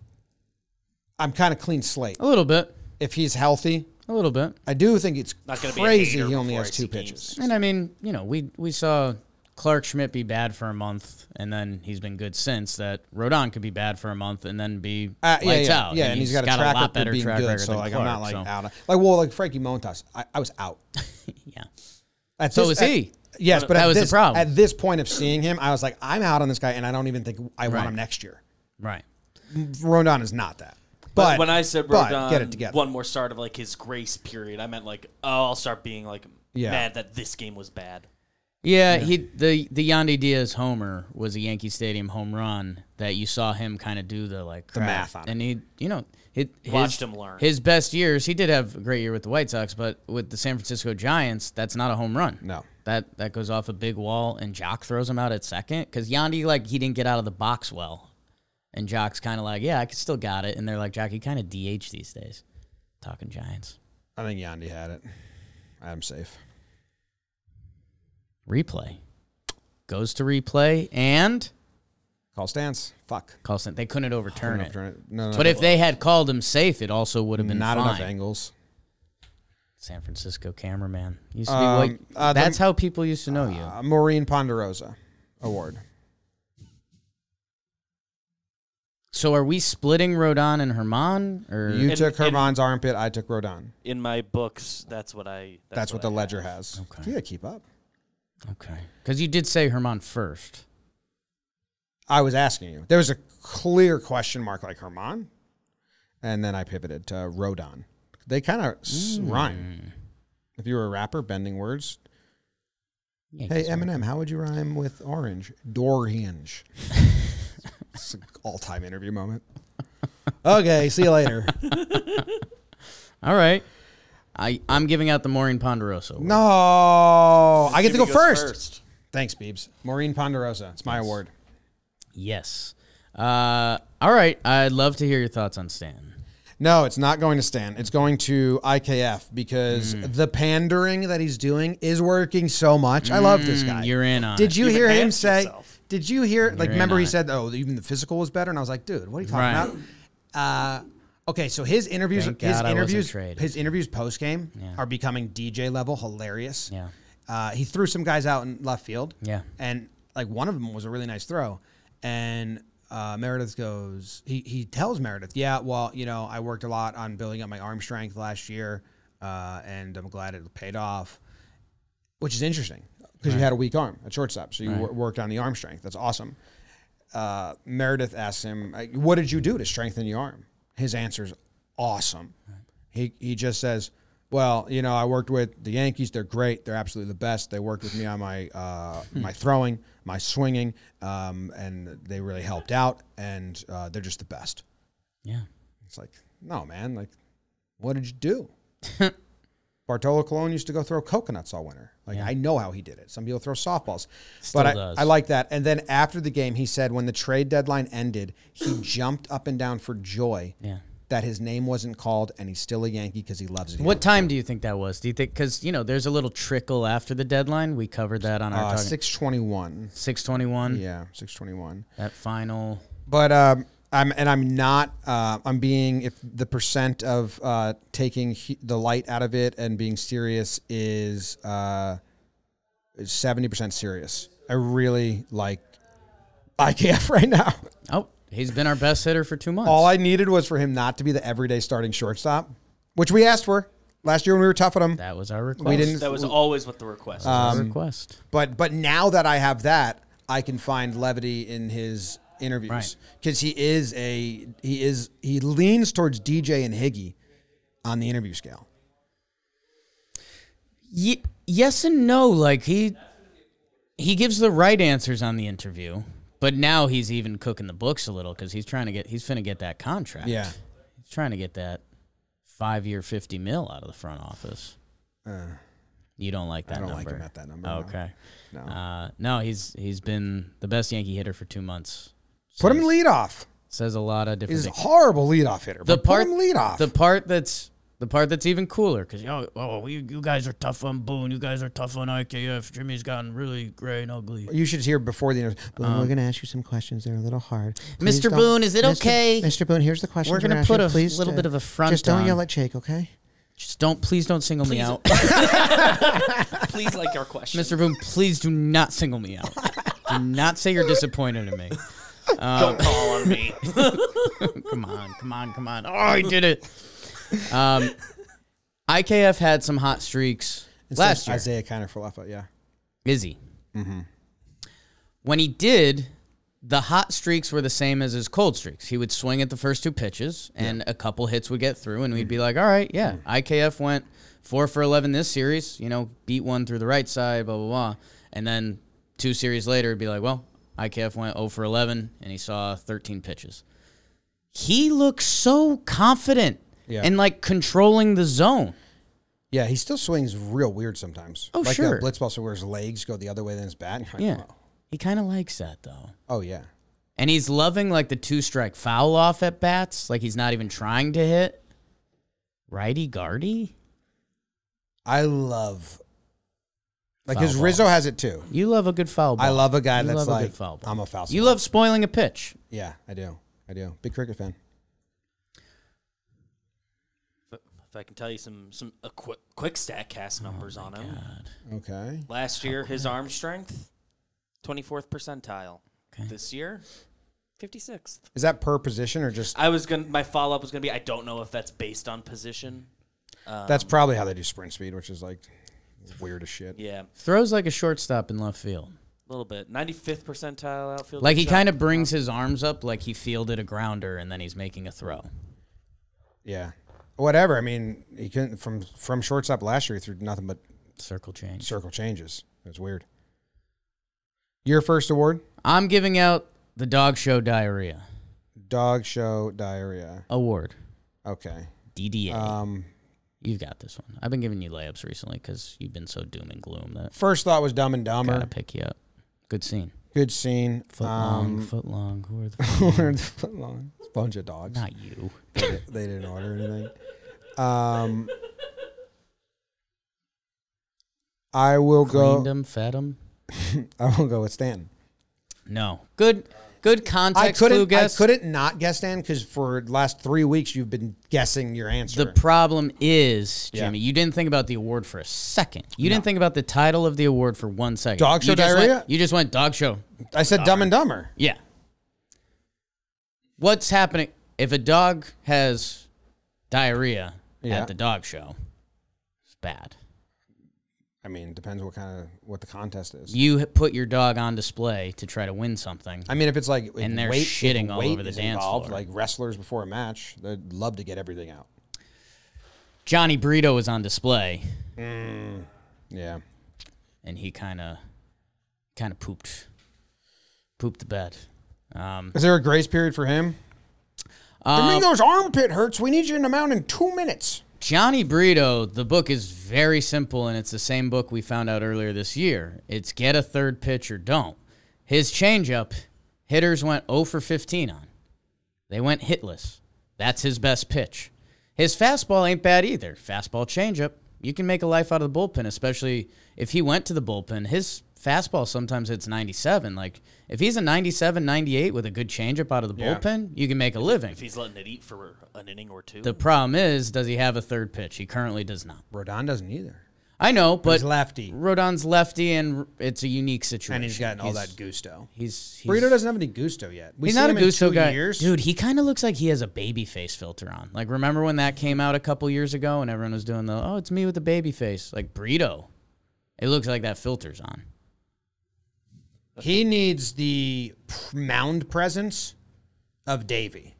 Speaker 1: I'm kind of clean slate
Speaker 3: A little bit.
Speaker 1: if he's healthy
Speaker 3: A little bit.
Speaker 1: I do think it's
Speaker 4: Not gonna be a
Speaker 1: crazy
Speaker 4: hater
Speaker 1: he only
Speaker 4: before
Speaker 1: has
Speaker 4: I
Speaker 1: two
Speaker 4: see games
Speaker 1: pitches
Speaker 3: And I mean, you know, we we saw Clark Schmidt be bad for a month, and then he's been good since. That Rodon could be bad for a month, and then be
Speaker 1: Uh, yeah,
Speaker 3: lights
Speaker 1: yeah,
Speaker 3: out.
Speaker 1: yeah, and he's got, a track record being good. So like, I'm not like
Speaker 3: so.
Speaker 1: out. Like, well, like Frankie Montas, I, I was out.
Speaker 3: yeah,
Speaker 1: At
Speaker 3: So
Speaker 1: this-
Speaker 3: was
Speaker 1: at-
Speaker 3: he.
Speaker 1: yes, but
Speaker 3: That
Speaker 1: at
Speaker 3: was the
Speaker 1: this,
Speaker 3: problem.
Speaker 1: At this point of seeing him, I was like, I'm out on this guy, and I don't even think I want
Speaker 3: Right.
Speaker 1: him next year.
Speaker 3: right.
Speaker 1: Rondon is not that.
Speaker 4: But
Speaker 1: But
Speaker 4: when I said
Speaker 1: but
Speaker 4: Rodon,
Speaker 1: get it together.
Speaker 4: one more start of like his grace period, I meant like, oh, I'll start being like
Speaker 1: Yeah.
Speaker 4: mad that this game was bad.
Speaker 3: Yeah, he the the Yandy Diaz homer was a Yankee Stadium home run that you saw him kind of do the like crap.
Speaker 1: math on it.
Speaker 3: and he you know he his,
Speaker 4: Watched him learn.
Speaker 3: his best years. He did have a great year with the White Sox, but with the San Francisco Giants, that's not a home run.
Speaker 1: No.
Speaker 3: that that goes off a big wall, and Jock throws him out at second because Yandy like he didn't get out of the box well, and Jock's kind of like yeah I could still got it, and they're like Jock you kind of DH these days, talking Giants
Speaker 1: I think Yandy had it. I'm safe.
Speaker 3: replay goes to replay and
Speaker 1: Call stance. Fuck.
Speaker 3: call center. They couldn't overturn it.
Speaker 1: Turn it. No, no,
Speaker 3: But
Speaker 1: no.
Speaker 3: if they had called him safe, it also would have been
Speaker 1: not
Speaker 3: fine.
Speaker 1: enough angles.
Speaker 3: San Francisco cameraman used to be
Speaker 1: Um,
Speaker 3: like
Speaker 1: uh, the-
Speaker 3: that's how people used to know you.
Speaker 1: Uh, Maureen Ponderosa Award.
Speaker 3: so are we splitting Rodon and Herman or
Speaker 1: You
Speaker 4: And-
Speaker 1: took
Speaker 4: and-
Speaker 1: Herman's armpit. I took Rodon.
Speaker 4: In my books, that's what I.
Speaker 1: That's, what, the
Speaker 4: I
Speaker 1: ledger
Speaker 4: have.
Speaker 1: has.
Speaker 3: Okay.
Speaker 1: You gotta keep up.
Speaker 3: okay? Because you did say Herman first.
Speaker 1: I was asking you. There was a clear question mark, like Herman, and then I pivoted to Rodon. They kind of s rhyme. If you were a rapper, bending words. Hey Eminem, how would you rhyme with orange? Dorange. it's an all-time interview moment. Okay, see you later.
Speaker 3: All right. I, I'm giving out the Maureen Ponderosa. award.
Speaker 1: No, I get to go
Speaker 4: Jimmy goes
Speaker 1: first. Thanks, Beebs. Maureen Ponderosa. It's my award.
Speaker 3: Yes. Uh, all right. I'd love to hear your thoughts on Stan.
Speaker 1: No, it's not going to Stan. It's going to IKF because
Speaker 3: Hmm.
Speaker 1: the pandering that he's doing is working so much. I love this guy.
Speaker 3: Hmm, You're in on
Speaker 1: Did
Speaker 3: it.
Speaker 1: you hear him
Speaker 4: asked
Speaker 1: say?
Speaker 4: yourself.
Speaker 1: Did you hear? Like,
Speaker 3: in
Speaker 1: remember
Speaker 3: on
Speaker 1: he
Speaker 3: it.
Speaker 1: said, "Oh, even the physical was better," and I was like, "Dude, what are you talking
Speaker 3: Right.
Speaker 1: about?" Uh, okay, so his interviews,
Speaker 3: Thank
Speaker 1: his
Speaker 3: God I wasn't
Speaker 1: interviews,
Speaker 3: traded.
Speaker 1: his interviews post game are becoming DJ level hilarious.
Speaker 3: Yeah.
Speaker 1: Uh, he threw some guys out in left field.
Speaker 3: Yeah.
Speaker 1: And like one of them was a really nice throw. And uh, Meredith goes, he, he tells Meredith, yeah, well, you know, I worked a lot on building up my arm strength last year uh, and I'm glad it paid off, which is interesting because you had a weak arm at shortstop. So you wor- worked on the arm strength. That's awesome. Uh, Meredith asks him, like, what did you do to strengthen your arm? His answer's awesome. He, he just says, well, you know, I worked with the Yankees. They're great. They're absolutely the best. They worked with me on my uh, my throwing, my swinging, um, and they really helped out. And uh, they're just the best.
Speaker 3: Yeah.
Speaker 1: It's like, no, man. Like, what did you do? Bartolo Colon used to go throw coconuts all winter. Like, I know how he did it. Some people throw softballs.
Speaker 3: Still
Speaker 1: but I,
Speaker 3: does.
Speaker 1: I like that. And then after the game, he said when the trade deadline ended, he jumped up and down for joy
Speaker 3: Yeah.
Speaker 1: that his name wasn't called and he's still a Yankee because he loves it.
Speaker 3: What time do you think that was? Do you think because you know there's a little trickle after the deadline? We covered that on our
Speaker 1: Uh,
Speaker 3: talking-
Speaker 1: 621.
Speaker 3: 621.
Speaker 1: Yeah, 621.
Speaker 3: That final.
Speaker 1: But um, I'm and I'm not. Uh, I'm being if the percent of uh, taking he, the light out of it and being serious is uh, seventy percent serious. I really like IKF right now.
Speaker 3: Oh, he's been our best hitter for two months.
Speaker 1: All I needed was for him not to be the everyday starting shortstop, which we asked for last year when we were tough on him.
Speaker 3: that was our request.
Speaker 1: We didn't.
Speaker 4: That was always what the request. was.
Speaker 1: Um,
Speaker 3: Our request.
Speaker 1: But but now that I have that, I can find levity in his interviews
Speaker 3: Right.
Speaker 1: because he is a he is he leans towards DJ and Higgy on the interview scale.
Speaker 3: Ye- yes and no. Like he he gives the right answers on the interview, but now he's even cooking the books a little because he's trying to get he's finna get that contract.
Speaker 1: Yeah.
Speaker 3: he's trying to get that five year fifty mil out of the front office. you don't like that.
Speaker 1: Uh, don't like
Speaker 3: number.
Speaker 1: him at that number, no.
Speaker 3: Okay.
Speaker 1: No.
Speaker 3: Uh, no, he's he's been the best Yankee hitter for two months.
Speaker 1: Put him in leadoff.
Speaker 3: Says a lot of different
Speaker 1: He's a
Speaker 3: things.
Speaker 1: horrible leadoff hitter.
Speaker 3: the
Speaker 1: The but
Speaker 3: part
Speaker 1: put him leadoff.
Speaker 3: The part that's the part that's even cooler because oh, oh you, you guys are tough on Boone, you guys are tough on IKF. Jimmy's gotten really gray and ugly.
Speaker 1: you should hear before the interview. Boone, we're going to ask you some questions. They're a little hard.
Speaker 3: Mr.
Speaker 1: don't-
Speaker 3: Um, Boone, is it
Speaker 1: Mr.
Speaker 3: okay?
Speaker 1: Mr. Boone, here's the question.
Speaker 3: gonna put a little bit of a front
Speaker 1: Just don't
Speaker 3: on.
Speaker 1: yell at Jake, okay?
Speaker 3: Just don't, please don't single me out,
Speaker 4: Please like our question.
Speaker 3: Mr. Boone. Please do not single me out. do not say you're disappointed in me.
Speaker 4: Don't call on me.
Speaker 3: Come on, come on, come on. Oh, I did it. Um, IKF had some hot streaks last year.
Speaker 1: Isaiah Kiner Falefa, yeah.
Speaker 3: Izzy. When he did, the hot streaks were the same as his cold streaks. He would swing at the first two pitches, and a couple hits would get through, and we'd be like, all right, yeah, IKF went four for 11 this series, you know, beat one through the right side, blah, blah, blah. And then two series later, it'd be like, well, IKF went 0 for 11, and he saw 13 pitches. He looks so confident
Speaker 1: Yeah.
Speaker 3: and like controlling the zone.
Speaker 1: Yeah, he still swings real weird sometimes.
Speaker 3: Oh,
Speaker 1: like
Speaker 3: sure.
Speaker 1: Like blitzball, so where his legs go the other way than his bat. and you're like,
Speaker 3: Yeah.
Speaker 1: "Whoa."
Speaker 3: He kind of likes that, though.
Speaker 1: Oh, yeah.
Speaker 3: And he's loving like the two strike foul off at bats. Like he's not even trying to hit. Righty guardy?
Speaker 1: I love like
Speaker 3: Foul
Speaker 1: his
Speaker 3: balls.
Speaker 1: Rizzo has it too.
Speaker 3: You love a good foul ball.
Speaker 1: I love a guy
Speaker 3: You
Speaker 1: that's
Speaker 3: love a good
Speaker 1: like
Speaker 3: foul ball.
Speaker 1: I'm a foul.
Speaker 3: You
Speaker 1: ball."
Speaker 3: love spoiling a pitch.
Speaker 1: yeah, I do, I do. Big cricket fan.
Speaker 4: If I can tell you some some a quick quick stat cast numbers on him.
Speaker 1: Okay,
Speaker 4: Last year, his arm strength, twenty fourth percentile. This year, fifty sixth.
Speaker 1: is that per position or just?
Speaker 4: I was gonna. My follow up was gonna be. I don't know if that's based on position.
Speaker 3: Um,
Speaker 1: that's probably how they do sprint speed, which is like weird as shit.
Speaker 4: Yeah, a
Speaker 3: Throws like a shortstop in left field.
Speaker 4: little bit. Ninety fifth percentile outfield.
Speaker 3: Like he kind of brings his arms up like he fielded a grounder and then he's making a throw.
Speaker 1: Yeah. Whatever. I mean, he couldn't from from shortstop last year he threw nothing but
Speaker 3: Circle change.
Speaker 1: circle changes. It's weird. Your first award,
Speaker 3: I'm giving out the dog show diarrhea
Speaker 1: dog show diarrhea.
Speaker 3: award.
Speaker 1: Okay.
Speaker 3: DDA.
Speaker 1: Um,
Speaker 3: You've got this one. I've been giving you layups recently because you've been so doom and gloom that
Speaker 1: first thought was Dumb and
Speaker 3: I gotta
Speaker 1: Dumber.
Speaker 3: pick you up. Good scene.
Speaker 1: Good scene.
Speaker 3: Foot long,
Speaker 1: um,
Speaker 3: foot long. Who are the
Speaker 1: foot long. Bunch of dogs.
Speaker 3: not you?
Speaker 1: they, di- they didn't order anything. Um, I will
Speaker 3: Cleaned
Speaker 1: go.
Speaker 3: them, fed them.
Speaker 1: I will go with Stan.
Speaker 3: No. Good. Good
Speaker 1: I
Speaker 3: context clue
Speaker 1: couldn't. I
Speaker 3: guess.
Speaker 1: couldn't not guess Stan because for the last three weeks you've been guessing your answer.
Speaker 3: The problem is,
Speaker 1: Yeah.
Speaker 3: Jimmy, you didn't think about the award for a second. You didn't think about the title of the award for one second.
Speaker 1: Dog
Speaker 3: You
Speaker 1: show
Speaker 3: just
Speaker 1: diarrhea?
Speaker 3: Went, you just went dog show.
Speaker 1: I said Dumb and Dumber.
Speaker 3: Yeah. What's happening if a dog has diarrhea
Speaker 1: Yeah.
Speaker 3: at the dog show? It's bad.
Speaker 1: I mean, depends what kind of what the contest is.
Speaker 3: You h- put your dog on display to try to win something.
Speaker 1: I mean, if it's like if
Speaker 3: And they're
Speaker 1: weight, if
Speaker 3: shitting all
Speaker 1: weight
Speaker 3: over the
Speaker 1: is
Speaker 3: dance
Speaker 1: involved,
Speaker 3: floor.
Speaker 1: Like wrestlers before a match, they'd love to get everything out.
Speaker 3: Johnny Burrito was on display,
Speaker 1: Yeah,
Speaker 3: and he kind of, kind of pooped, pooped the bed. Um,
Speaker 1: is there a grace period for him?
Speaker 3: um,
Speaker 1: Domingo's armpit hurts. We need you in the mound in two minutes.
Speaker 3: Johnny Burrito, the book is very simple, and it's the same book we found out earlier this year. It's get a third pitch or don't. His changeup, hitters went 0 for 15 on. They went hitless. That's his best pitch. His fastball ain't bad either. Fastball changeup. You can make a life out of the bullpen, especially if he went to the bullpen. His fastball sometimes hits 97. Like, if he's a 97, 98 with a good changeup out of the
Speaker 1: Yeah.
Speaker 3: bullpen, you can make a living.
Speaker 4: If he's letting it eat for an inning or two,
Speaker 3: The problem is, does he have a third pitch? He currently does not.
Speaker 1: Rodon doesn't either.
Speaker 3: I know, but
Speaker 1: he's lefty,
Speaker 3: Rodon's lefty, and it's a unique situation.
Speaker 1: and he's gotten all
Speaker 3: He's-
Speaker 1: that gusto.
Speaker 3: He's, he's
Speaker 1: Burrito doesn't have any gusto yet. We
Speaker 3: He's
Speaker 1: see
Speaker 3: not a
Speaker 1: him in
Speaker 3: Gusto
Speaker 1: two
Speaker 3: guy,
Speaker 1: years.
Speaker 3: dude. He kind of looks like he has a baby face filter on. Like, remember when that came out a couple years ago, and everyone was doing the "Oh, it's me with the baby face," like Burrito. It looks like that filter's on.
Speaker 1: He needs the p- mound presence of Davey.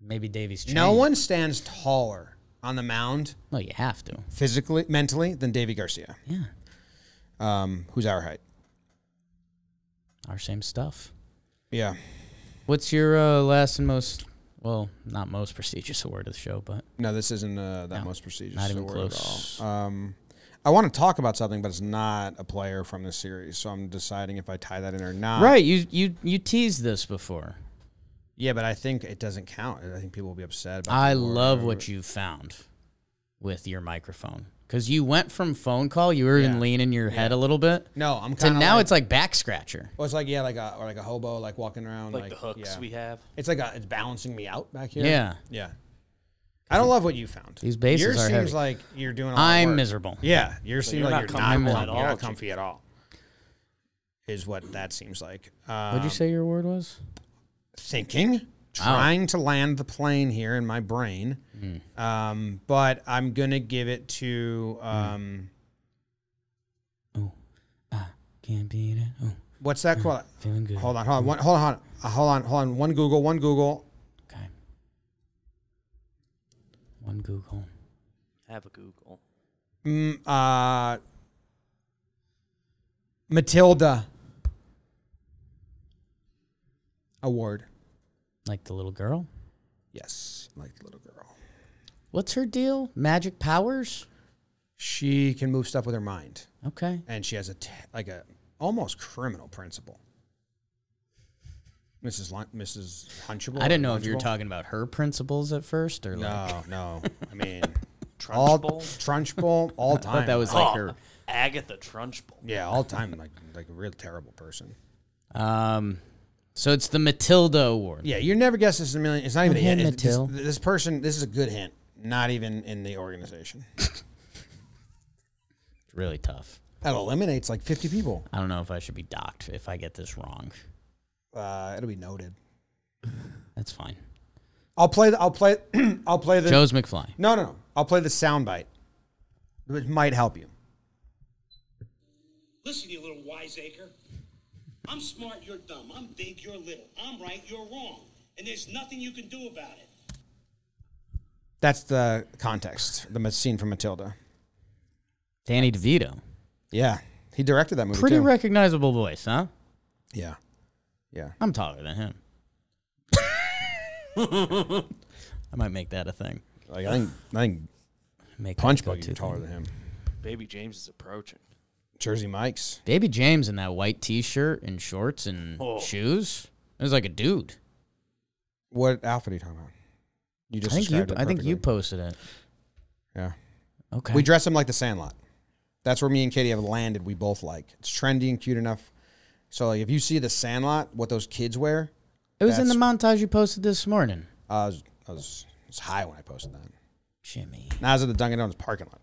Speaker 3: Maybe Davies.
Speaker 1: No
Speaker 3: changed.
Speaker 1: one stands taller on the mound
Speaker 3: No, you have to.
Speaker 1: physically, mentally than Davey Garcia,
Speaker 3: Yeah,
Speaker 1: um, who's our height.
Speaker 3: our same stuff.
Speaker 1: Yeah.
Speaker 3: What's your uh, last and most? Well, not most prestigious award of the show, but
Speaker 1: No, this isn't uh, that most prestigious.
Speaker 3: not even
Speaker 1: award
Speaker 3: close.
Speaker 1: At all. Um, I want to talk about something, but it's not a player from this series, so I'm deciding if I tie that in or not.
Speaker 3: right. You you you teased this before.
Speaker 1: Yeah, but I think it doesn't count. I think people will be upset. About
Speaker 3: I
Speaker 1: the award.
Speaker 3: love what you found with your microphone because you went from phone call, you were even leaning your head a little bit,
Speaker 1: No, I'm
Speaker 3: to
Speaker 1: kind of
Speaker 3: now it's like back scratcher.
Speaker 1: Well, it's like yeah, like a or like a hobo, like walking around,
Speaker 4: like, the hooks
Speaker 1: yeah.
Speaker 4: we have.
Speaker 1: It's like a, it's balancing me out back here.
Speaker 3: Yeah.
Speaker 1: yeah. I don't love what you found.
Speaker 3: These bases
Speaker 1: Yours
Speaker 3: are
Speaker 1: seems
Speaker 3: heavy.
Speaker 1: like you're doing. All the
Speaker 3: I'm
Speaker 1: work.
Speaker 3: miserable.
Speaker 1: Yeah, yours seems
Speaker 4: you're
Speaker 1: like
Speaker 4: not
Speaker 1: you're
Speaker 4: comfortable
Speaker 1: not comfy.
Speaker 4: at
Speaker 1: You're
Speaker 4: all,
Speaker 1: not
Speaker 4: Jim.
Speaker 1: comfy at all. Is what that seems like.
Speaker 3: What'd
Speaker 1: Um,
Speaker 3: you say Oh. your word was?
Speaker 1: thinking, trying to land the plane here in my brain.
Speaker 3: Hmm.
Speaker 1: Um, but I'm gonna give it to um,
Speaker 3: Can't beat it. Oh,
Speaker 1: what's that called?
Speaker 3: feeling good.
Speaker 1: Hold on, hold on, one, hold on, uh, hold on, hold on. One Google, one Google.
Speaker 3: Okay. One Google.
Speaker 4: Have a Google.
Speaker 1: Mm, uh, Matilda Award.
Speaker 3: Like the little girl.
Speaker 1: Yes, like the little girl.
Speaker 3: What's her deal? Magic powers?
Speaker 1: She can move stuff with her mind.
Speaker 3: Okay.
Speaker 1: and she has a t- like a almost criminal principle. Mrs. Lun- Mrs. Hunchable.
Speaker 3: I didn't know if you were
Speaker 1: Lunchable?
Speaker 3: talking about her principles at first or like.
Speaker 1: No, no. I mean, all
Speaker 4: Trunchbull.
Speaker 1: Trunchbull, all time.
Speaker 3: that was
Speaker 4: Oh,
Speaker 3: like her.
Speaker 4: Agatha Trunchbull.
Speaker 1: yeah, all time. Like like a real terrible person.
Speaker 3: Um, so it's the Matilda Award.
Speaker 1: Yeah, you never guess this in a million. It's not even a
Speaker 3: Oh,
Speaker 1: hint.
Speaker 3: hey,
Speaker 1: It- this,
Speaker 3: Mattel.
Speaker 1: this person. This is a good hint. Not even in the organization.
Speaker 3: Really tough.
Speaker 1: That eliminates like fifty people.
Speaker 3: I don't know if I should be docked if I get this wrong.
Speaker 1: Uh, it'll be noted.
Speaker 3: That's fine.
Speaker 1: I'll play. The, I'll play. I'll play the.
Speaker 3: Joe's McFly.
Speaker 1: No, no, no. I'll play the soundbite. It might help you.
Speaker 6: Listen, you little wiseacre. I'm smart, you're dumb. I'm big, you're little. I'm right, you're wrong. And there's nothing you can do about it.
Speaker 1: That's the context, the scene from Matilda.
Speaker 3: Danny DeVito.
Speaker 1: Yeah, he directed that movie.
Speaker 3: Pretty
Speaker 1: too.
Speaker 3: recognizable voice, huh?
Speaker 1: Yeah, yeah.
Speaker 3: I'm taller than him. I might make that a thing.
Speaker 1: Like I think I think
Speaker 3: Make that
Speaker 1: Punch
Speaker 3: go-to
Speaker 1: Buggy taller than him.
Speaker 4: Baby James is approaching.
Speaker 1: Jersey Mike's.
Speaker 3: Baby James in that white T-shirt and shorts and
Speaker 1: Oh.
Speaker 3: shoes. It was like a dude.
Speaker 1: What outfit are you talking about? You
Speaker 3: I think you.
Speaker 1: described it
Speaker 3: I think you
Speaker 1: perfectly.
Speaker 3: posted it.
Speaker 1: yeah.
Speaker 3: Okay.
Speaker 1: We dress him like the Sandlot. That's where me and Katie have landed. We both like it's trendy and cute enough. So like, if you see the Sandlot, what those kids wear,
Speaker 3: it was in the montage you posted this morning,
Speaker 1: uh, I was I was, I was high when I posted that.
Speaker 3: Jimmy.
Speaker 1: Now I was at the Dunkin' Donuts parking lot,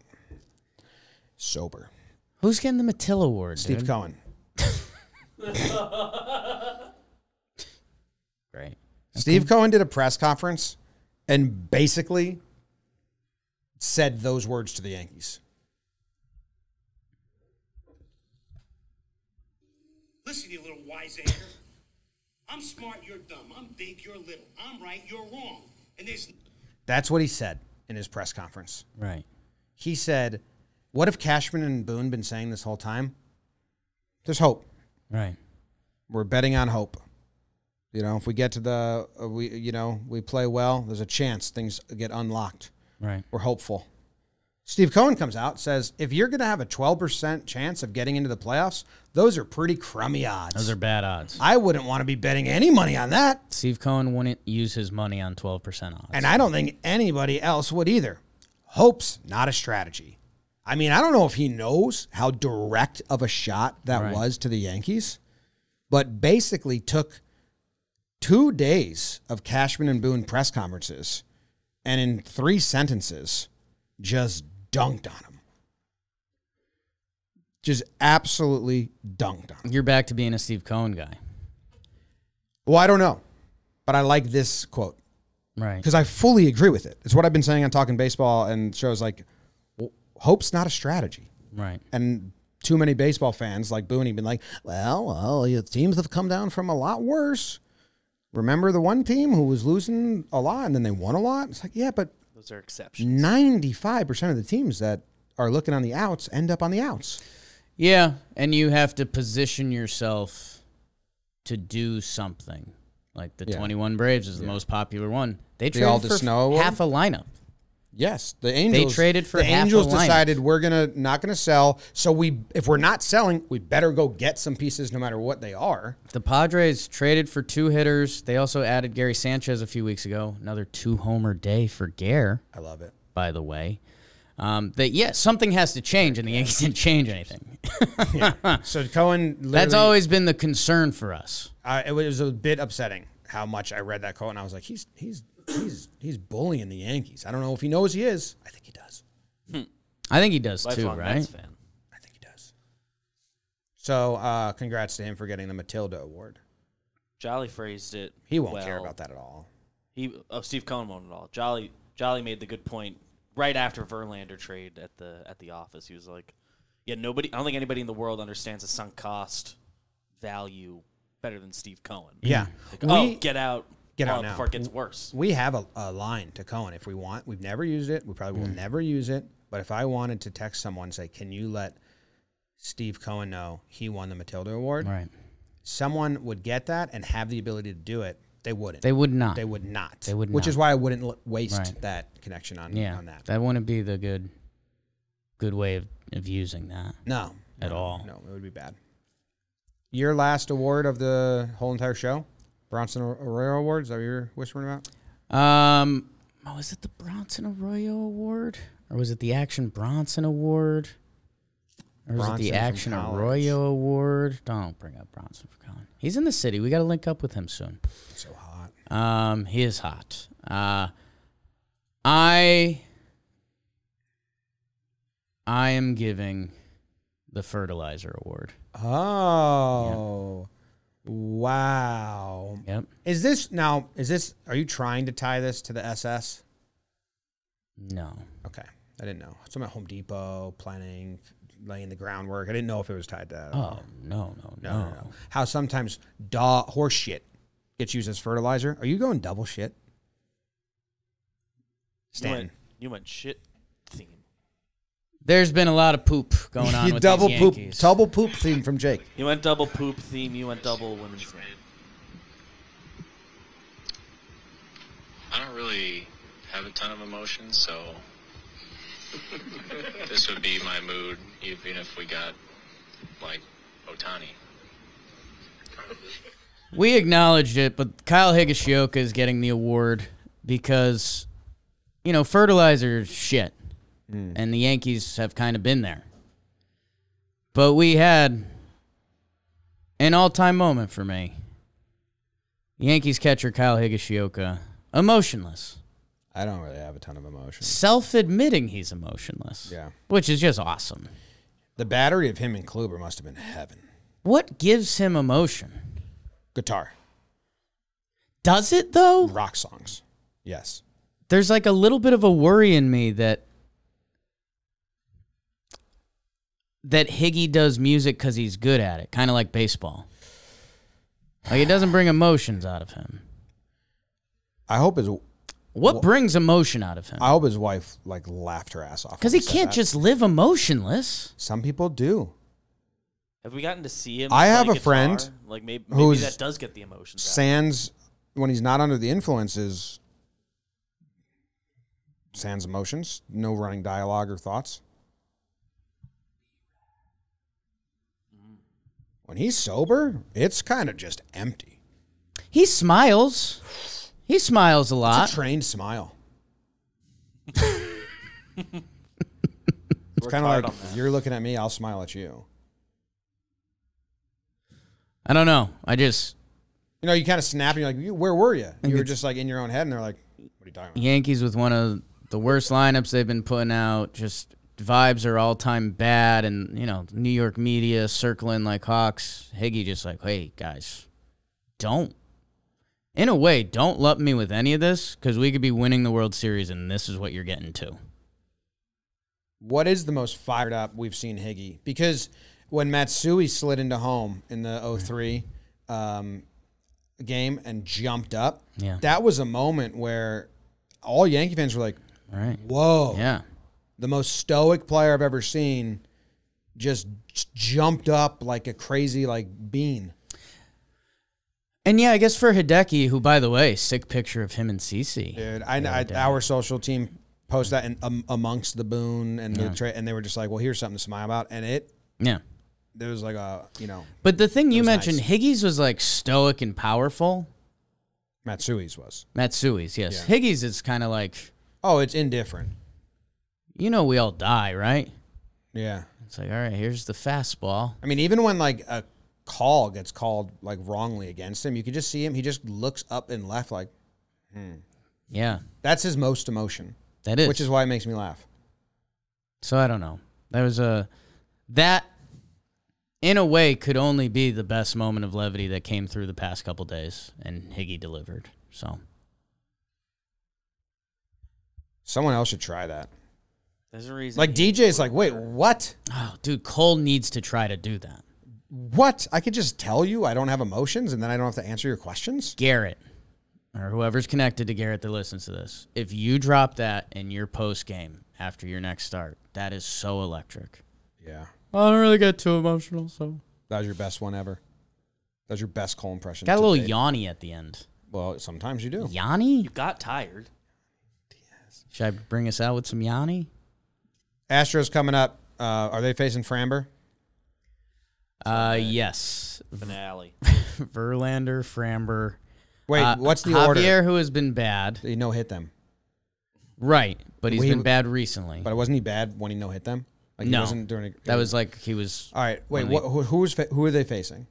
Speaker 1: sober.
Speaker 3: Who's getting the Mattel Award?
Speaker 1: Steve
Speaker 3: dude?
Speaker 1: Cohen.
Speaker 3: Great.
Speaker 1: Steve Cohen did a press conference and basically said those words to the Yankees.
Speaker 6: Listen, you little wiseacre. I'm smart, you're dumb. I'm big, you're little. I'm right, you're wrong. And there's
Speaker 1: That's what he said in his press conference.
Speaker 3: Right.
Speaker 1: he said, "What have Cashman and Boone been saying this whole time? There's hope.
Speaker 3: Right.
Speaker 1: We're betting on hope. You know, if we get to the uh, we you know we play well, there's a chance things get unlocked.
Speaker 3: Right.
Speaker 1: We're hopeful." Steve Cohen comes out says, "If you're going to have a 12% chance of getting into the playoffs, those are pretty crummy odds.
Speaker 3: Those are bad odds.
Speaker 1: I wouldn't want to be betting any money on that,
Speaker 3: Steve Cohen wouldn't use his money on 12% odds.
Speaker 1: and I don't think anybody else would either. Hope's not a strategy." I mean, I don't know if he knows how direct of a shot that
Speaker 3: Right.
Speaker 1: was to the Yankees, but basically took two days of Cashman and Boone press conferences and in three sentences just dunked on him. Just absolutely dunked on him.
Speaker 3: You're back to being a Steve Cohen guy.
Speaker 1: Well, I don't know, but I like this quote.
Speaker 3: Right.
Speaker 1: because I fully agree with it. It's what I've been saying on Talking Baseball and shows like, w- hope's not a strategy.
Speaker 3: Right.
Speaker 1: And too many baseball fans like Booney been like, well, well, your teams have come down from a lot worse. Remember the one team who was losing a lot and then they won a lot? It's like, yeah, but
Speaker 4: Those are exceptions.
Speaker 1: 95% of the teams that are looking on the outs end up on the outs.
Speaker 3: Yeah, and you have to position yourself to do something. Like the
Speaker 1: Yeah.
Speaker 3: 21 Braves is the most popular one. They traded
Speaker 1: Aldis
Speaker 3: for
Speaker 1: Snow award?
Speaker 3: half a lineup.
Speaker 1: Yes, the Angels
Speaker 3: traded for
Speaker 1: the
Speaker 3: half a
Speaker 1: Angels
Speaker 3: lineup.
Speaker 1: decided we're gonna not gonna sell. So we if we're not selling, we better go get some pieces no matter what they are.
Speaker 3: The Padres traded for two hitters. They also added Gary Sanchez a few weeks ago. Another two homer day for Gare,
Speaker 1: I love it.
Speaker 3: by the way. Um, that yeah, something has to change, and the Yankees didn't change anything.
Speaker 1: So Cohen,
Speaker 3: That's
Speaker 1: literally-
Speaker 3: always been the concern for us.
Speaker 1: I- it was a bit upsetting how much I read that quote, and I was like, he's he's he's he's bullying the Yankees. I don't know if he knows he is. I think he does.
Speaker 3: I think he does too,
Speaker 4: Lifelong
Speaker 3: right?
Speaker 4: Mets fan.
Speaker 1: I think he does. So, uh, congrats to him for getting the Matilda Award.
Speaker 4: Jolly phrased it.
Speaker 1: He won't
Speaker 4: well.
Speaker 1: care about that at all.
Speaker 4: He oh Steve Cohen won't at all. Jolly Jolly made the good point right after Verlander trade at the at the office. He was like, "Yeah, nobody. I don't think anybody in the world understands a sunk cost value better than Steve Cohen."
Speaker 1: Yeah,
Speaker 4: Like,
Speaker 1: we
Speaker 4: oh, get out,
Speaker 1: Get out
Speaker 4: uh,
Speaker 1: now.
Speaker 4: before it gets worse.
Speaker 1: we have a, a line to Cohen if we want. We've never used it. We probably will
Speaker 3: Mm.
Speaker 1: never use it. But if I wanted to text someone, say, can you let Steve Cohen know he won the Matilda Award?
Speaker 3: Right.
Speaker 1: Someone would get that and have the ability to do it. They wouldn't.
Speaker 3: They would not.
Speaker 1: They would not.
Speaker 3: They would
Speaker 1: Which
Speaker 3: not.
Speaker 1: is why I wouldn't l- waste
Speaker 3: Right.
Speaker 1: that connection on,
Speaker 3: yeah,
Speaker 1: on that.
Speaker 3: wouldn't be the good, good way of, of using that.
Speaker 1: No.
Speaker 3: At
Speaker 1: No,
Speaker 3: all.
Speaker 1: No, it would be bad. Your last award of the whole entire show? Bronson Arroyo Award? Is that what you're whispering about?
Speaker 3: Um, oh, was it the Bronson Arroyo Award or was it the Action Bronson Award? Or was it
Speaker 1: Bronson
Speaker 3: the
Speaker 1: from
Speaker 3: Action
Speaker 1: college.
Speaker 3: Arroyo Award? Don't bring up Bronson for Colin. He's in the city. We got to link up with him soon.
Speaker 1: So hot.
Speaker 3: Um, he is hot. Uh, I, I am giving the fertilizer award.
Speaker 1: Oh. Wow.
Speaker 3: Yep.
Speaker 1: Is this now? Is this? Are you trying to tie this to the SS?
Speaker 3: No.
Speaker 1: Okay, I didn't know. So I'm at Home Depot planning, laying the groundwork. I didn't know if it was tied to. that.
Speaker 3: Oh no no no.
Speaker 1: No, no, no. How sometimes dog horse shit gets used as fertilizer. Are you going double shit?
Speaker 4: You
Speaker 1: Stanton.
Speaker 4: went, you went shit theme.
Speaker 3: There's been a lot of poop going on
Speaker 1: You
Speaker 3: with
Speaker 1: double
Speaker 3: these
Speaker 1: poop,
Speaker 3: Yankees.
Speaker 1: double poop theme from Jake.
Speaker 4: You went double poop theme. You went double women's name.
Speaker 7: I don't really have a ton of emotions, so this would be my mood, even if we got like Otani.
Speaker 3: We acknowledged it, but Kyle Higashioka is getting the award because, you know, fertilizer is shit. And the Yankees have kind of been there. But we had an all time moment for me. Yankees catcher Kyle Higashioka, emotionless,
Speaker 1: I don't really have a ton of emotion.
Speaker 3: self admitting he's emotionless.
Speaker 1: Yeah.
Speaker 3: Which is just awesome.
Speaker 1: The battery of him and Kluber must have been heaven.
Speaker 3: What gives him emotion?
Speaker 1: Guitar,
Speaker 3: Does it though?
Speaker 1: rock songs. Yes.
Speaker 3: there's like a little bit of a worry in me that that Higgy does music because he's good at it, kind of like baseball. Like it doesn't bring emotions out of him.
Speaker 1: I hope his
Speaker 3: What brings emotion out of him?
Speaker 1: I hope his wife like laughed her ass off when
Speaker 3: Because he
Speaker 1: said
Speaker 3: can't
Speaker 1: that.
Speaker 3: just live emotionless.
Speaker 1: Some people do.
Speaker 4: Have we gotten to see him?
Speaker 1: I
Speaker 4: play
Speaker 1: have a
Speaker 4: guitar?
Speaker 1: friend
Speaker 4: Like maybe, maybe
Speaker 1: who's
Speaker 4: that does get the emotions. out.
Speaker 1: Sans when he's not under the influences. Sans emotions, no running dialogue or thoughts. When he's sober, it's kind of just empty.
Speaker 3: He smiles. He smiles a lot.
Speaker 1: It's a trained smile. it's
Speaker 4: Worked
Speaker 1: kind of
Speaker 4: hard
Speaker 1: like
Speaker 4: on that.
Speaker 1: you're looking at me, I'll smile at you.
Speaker 3: I don't know. I just
Speaker 1: You know, you kind of snap and you're like, "You- where were you?
Speaker 3: think
Speaker 1: You were
Speaker 3: it's-
Speaker 1: just like in your own head, and they're like, what are you talking about?
Speaker 3: Yankees with one of the worst lineups they've been putting out. Just vibes are all time bad, and you know New York media circling like hawks. Higgy just like, hey guys, don't. In a way, don't lump me with any of this because we could be winning the World Series, and this is what you're getting to.
Speaker 1: What is the most fired up we've seen Higgy? Because when Matsui slid into home in the 03 um, game and jumped up,
Speaker 3: Yeah.
Speaker 1: that was a moment where all Yankee fans were like,
Speaker 3: All right.
Speaker 1: whoa.
Speaker 3: Yeah.
Speaker 1: the most stoic player I've ever seen, just j- jumped up like a crazy like bean.
Speaker 3: And yeah, I guess for Hideki, who by the way, sick picture of him and Cece.
Speaker 1: Dude, I, I our social team posted that in, um, amongst the Boone and the tra- and they were just like, well, here's something to smile about, and it
Speaker 3: Yeah.
Speaker 1: there was like a you know
Speaker 3: But the thing you
Speaker 1: was
Speaker 3: mentioned,
Speaker 1: nice.
Speaker 3: Higgy's was like stoic and powerful.
Speaker 1: Matsui's was.
Speaker 3: Matsui's, yes.
Speaker 1: Yeah.
Speaker 3: Higgy's is kind of like
Speaker 1: Oh, it's indifferent.
Speaker 3: you know we all die, right?
Speaker 1: Yeah,
Speaker 3: It's like, all right, here's the fastball.
Speaker 1: I mean, even when like a call gets called like wrongly against him, you can just see him. He just looks up and left like
Speaker 3: Yeah,
Speaker 1: that's his most emotion,
Speaker 3: that is.
Speaker 1: which is why it makes me laugh.
Speaker 3: so I don't know. That was a that in a way could only be the best moment of levity that came through the past couple days, and Higgy delivered. So
Speaker 1: Someone else should try that.
Speaker 4: There's a reason.
Speaker 1: Like
Speaker 4: he-
Speaker 1: DJ's like, wait, what?
Speaker 3: oh, dude, Cole needs to try to do that.
Speaker 1: What? I could just tell you I don't have emotions and then I don't have to answer your questions?
Speaker 3: Garrett or whoever's connected to Garrett that listens to this, if you drop that in your post game after your next start, that is so electric.
Speaker 1: Yeah.
Speaker 3: I don't really get too emotional, so
Speaker 1: That was your best one ever. That was your best Cole impression.
Speaker 3: got a
Speaker 1: to
Speaker 3: little
Speaker 1: date.
Speaker 3: Yanni at the end.
Speaker 1: Well, sometimes you do.
Speaker 3: Yanni?
Speaker 4: you got tired.
Speaker 3: Should I bring us out with some Yanni?
Speaker 1: Astros coming up. Uh, are they facing Framber?
Speaker 3: Uh, yes.
Speaker 4: Finale.
Speaker 3: Verlander, Framber.
Speaker 1: Wait,
Speaker 3: Uh,
Speaker 1: what's the
Speaker 3: Javier,
Speaker 1: order?
Speaker 3: who has been bad,
Speaker 1: He no hit them.
Speaker 3: right? But he's
Speaker 1: He-
Speaker 3: been bad recently.
Speaker 1: But wasn't he bad when he no hit them? Like he
Speaker 3: No.
Speaker 1: wasn't doing it.
Speaker 3: that was like he was.
Speaker 1: All right, wait.
Speaker 3: when
Speaker 1: What, who, who's fa- who are they facing?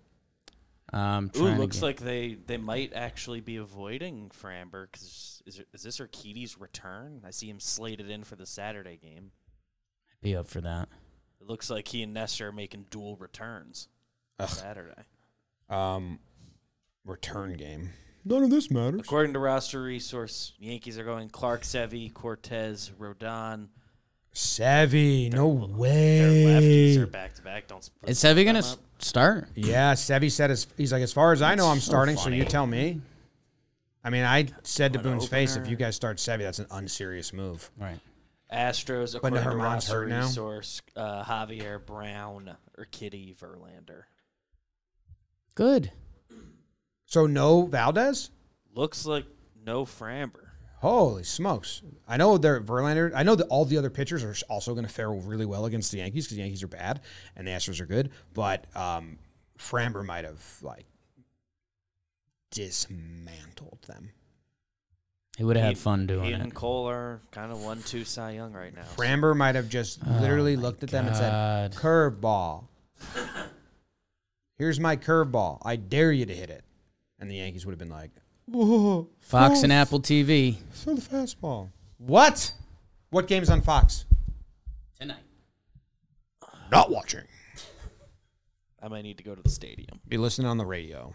Speaker 3: Um,
Speaker 4: Uh, Ooh,
Speaker 3: trying to
Speaker 4: looks
Speaker 3: get-
Speaker 4: like they they might actually be avoiding Framber because is it- is this Urquidy's return? I see him slated in for the Saturday game.
Speaker 3: be up for that.
Speaker 4: It looks like he and Nestor are making dual returns on Saturday.
Speaker 1: Um, return game. None of this matters.
Speaker 4: According to roster resource, Yankees are going Clark, Sevy, Cortez, Rodon.
Speaker 1: Sevi, no
Speaker 4: Their
Speaker 1: way.
Speaker 4: lefties are back to back. Don't split
Speaker 3: Is Sevi
Speaker 4: them
Speaker 3: gonna
Speaker 4: up.
Speaker 3: s- start?
Speaker 1: Yeah, Sevi said as he's like, as far as I know, I'm
Speaker 3: so
Speaker 1: starting. So
Speaker 3: funny.
Speaker 1: you tell me. I I mean, I said to Boone's face, if you guys start Sevy, that's an unserious move.
Speaker 3: Right.
Speaker 4: Astros,
Speaker 1: But
Speaker 4: according
Speaker 1: no,
Speaker 4: to
Speaker 1: Herman's
Speaker 4: roster
Speaker 1: hurt now.
Speaker 4: resource, uh, Javier Brown or Kitty Verlander.
Speaker 3: Good.
Speaker 1: So no Valdez.
Speaker 4: Looks like no Framber.
Speaker 1: Holy smokes! I know they're Verlander. I know that all the other pitchers are also going to fare really well against the Yankees because the Yankees are bad and the Astros are good. But um, Framber might have like dismantled them.
Speaker 3: He would have had
Speaker 4: He-
Speaker 3: fun doing
Speaker 4: Ian
Speaker 3: it.
Speaker 4: Cole are kind of one two Cy Young right now.
Speaker 1: Framber might have just literally looked at them and said,
Speaker 3: God.
Speaker 1: "Curveball. Here's my curveball. I dare you to hit it." And the Yankees would have been like, "Whoa,
Speaker 3: Fox
Speaker 1: oh,
Speaker 3: and Apple TV
Speaker 1: throw the fastball." What? What game's on Fox?
Speaker 3: tonight.
Speaker 1: Not watching.
Speaker 4: I might need to go to the stadium.
Speaker 1: be listening on the radio.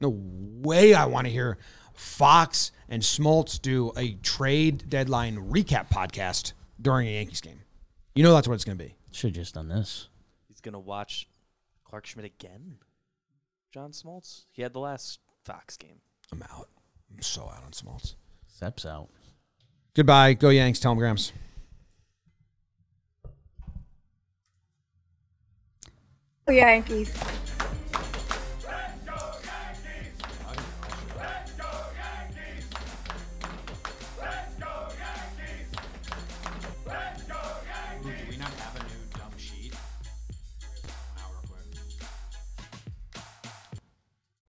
Speaker 1: No way I want to hear Fox and Smoltz do a trade deadline recap podcast during a Yankees game. You know that's what it's going to be.
Speaker 3: Should have just done this.
Speaker 4: He's gonna watch Clark Schmidt again. John Smoltz. He had the last Fox game.
Speaker 1: I'm out. I'm so out on Smoltz.
Speaker 3: Seps out.
Speaker 1: Goodbye. Go Yanks. Telegrams.
Speaker 8: Yankees.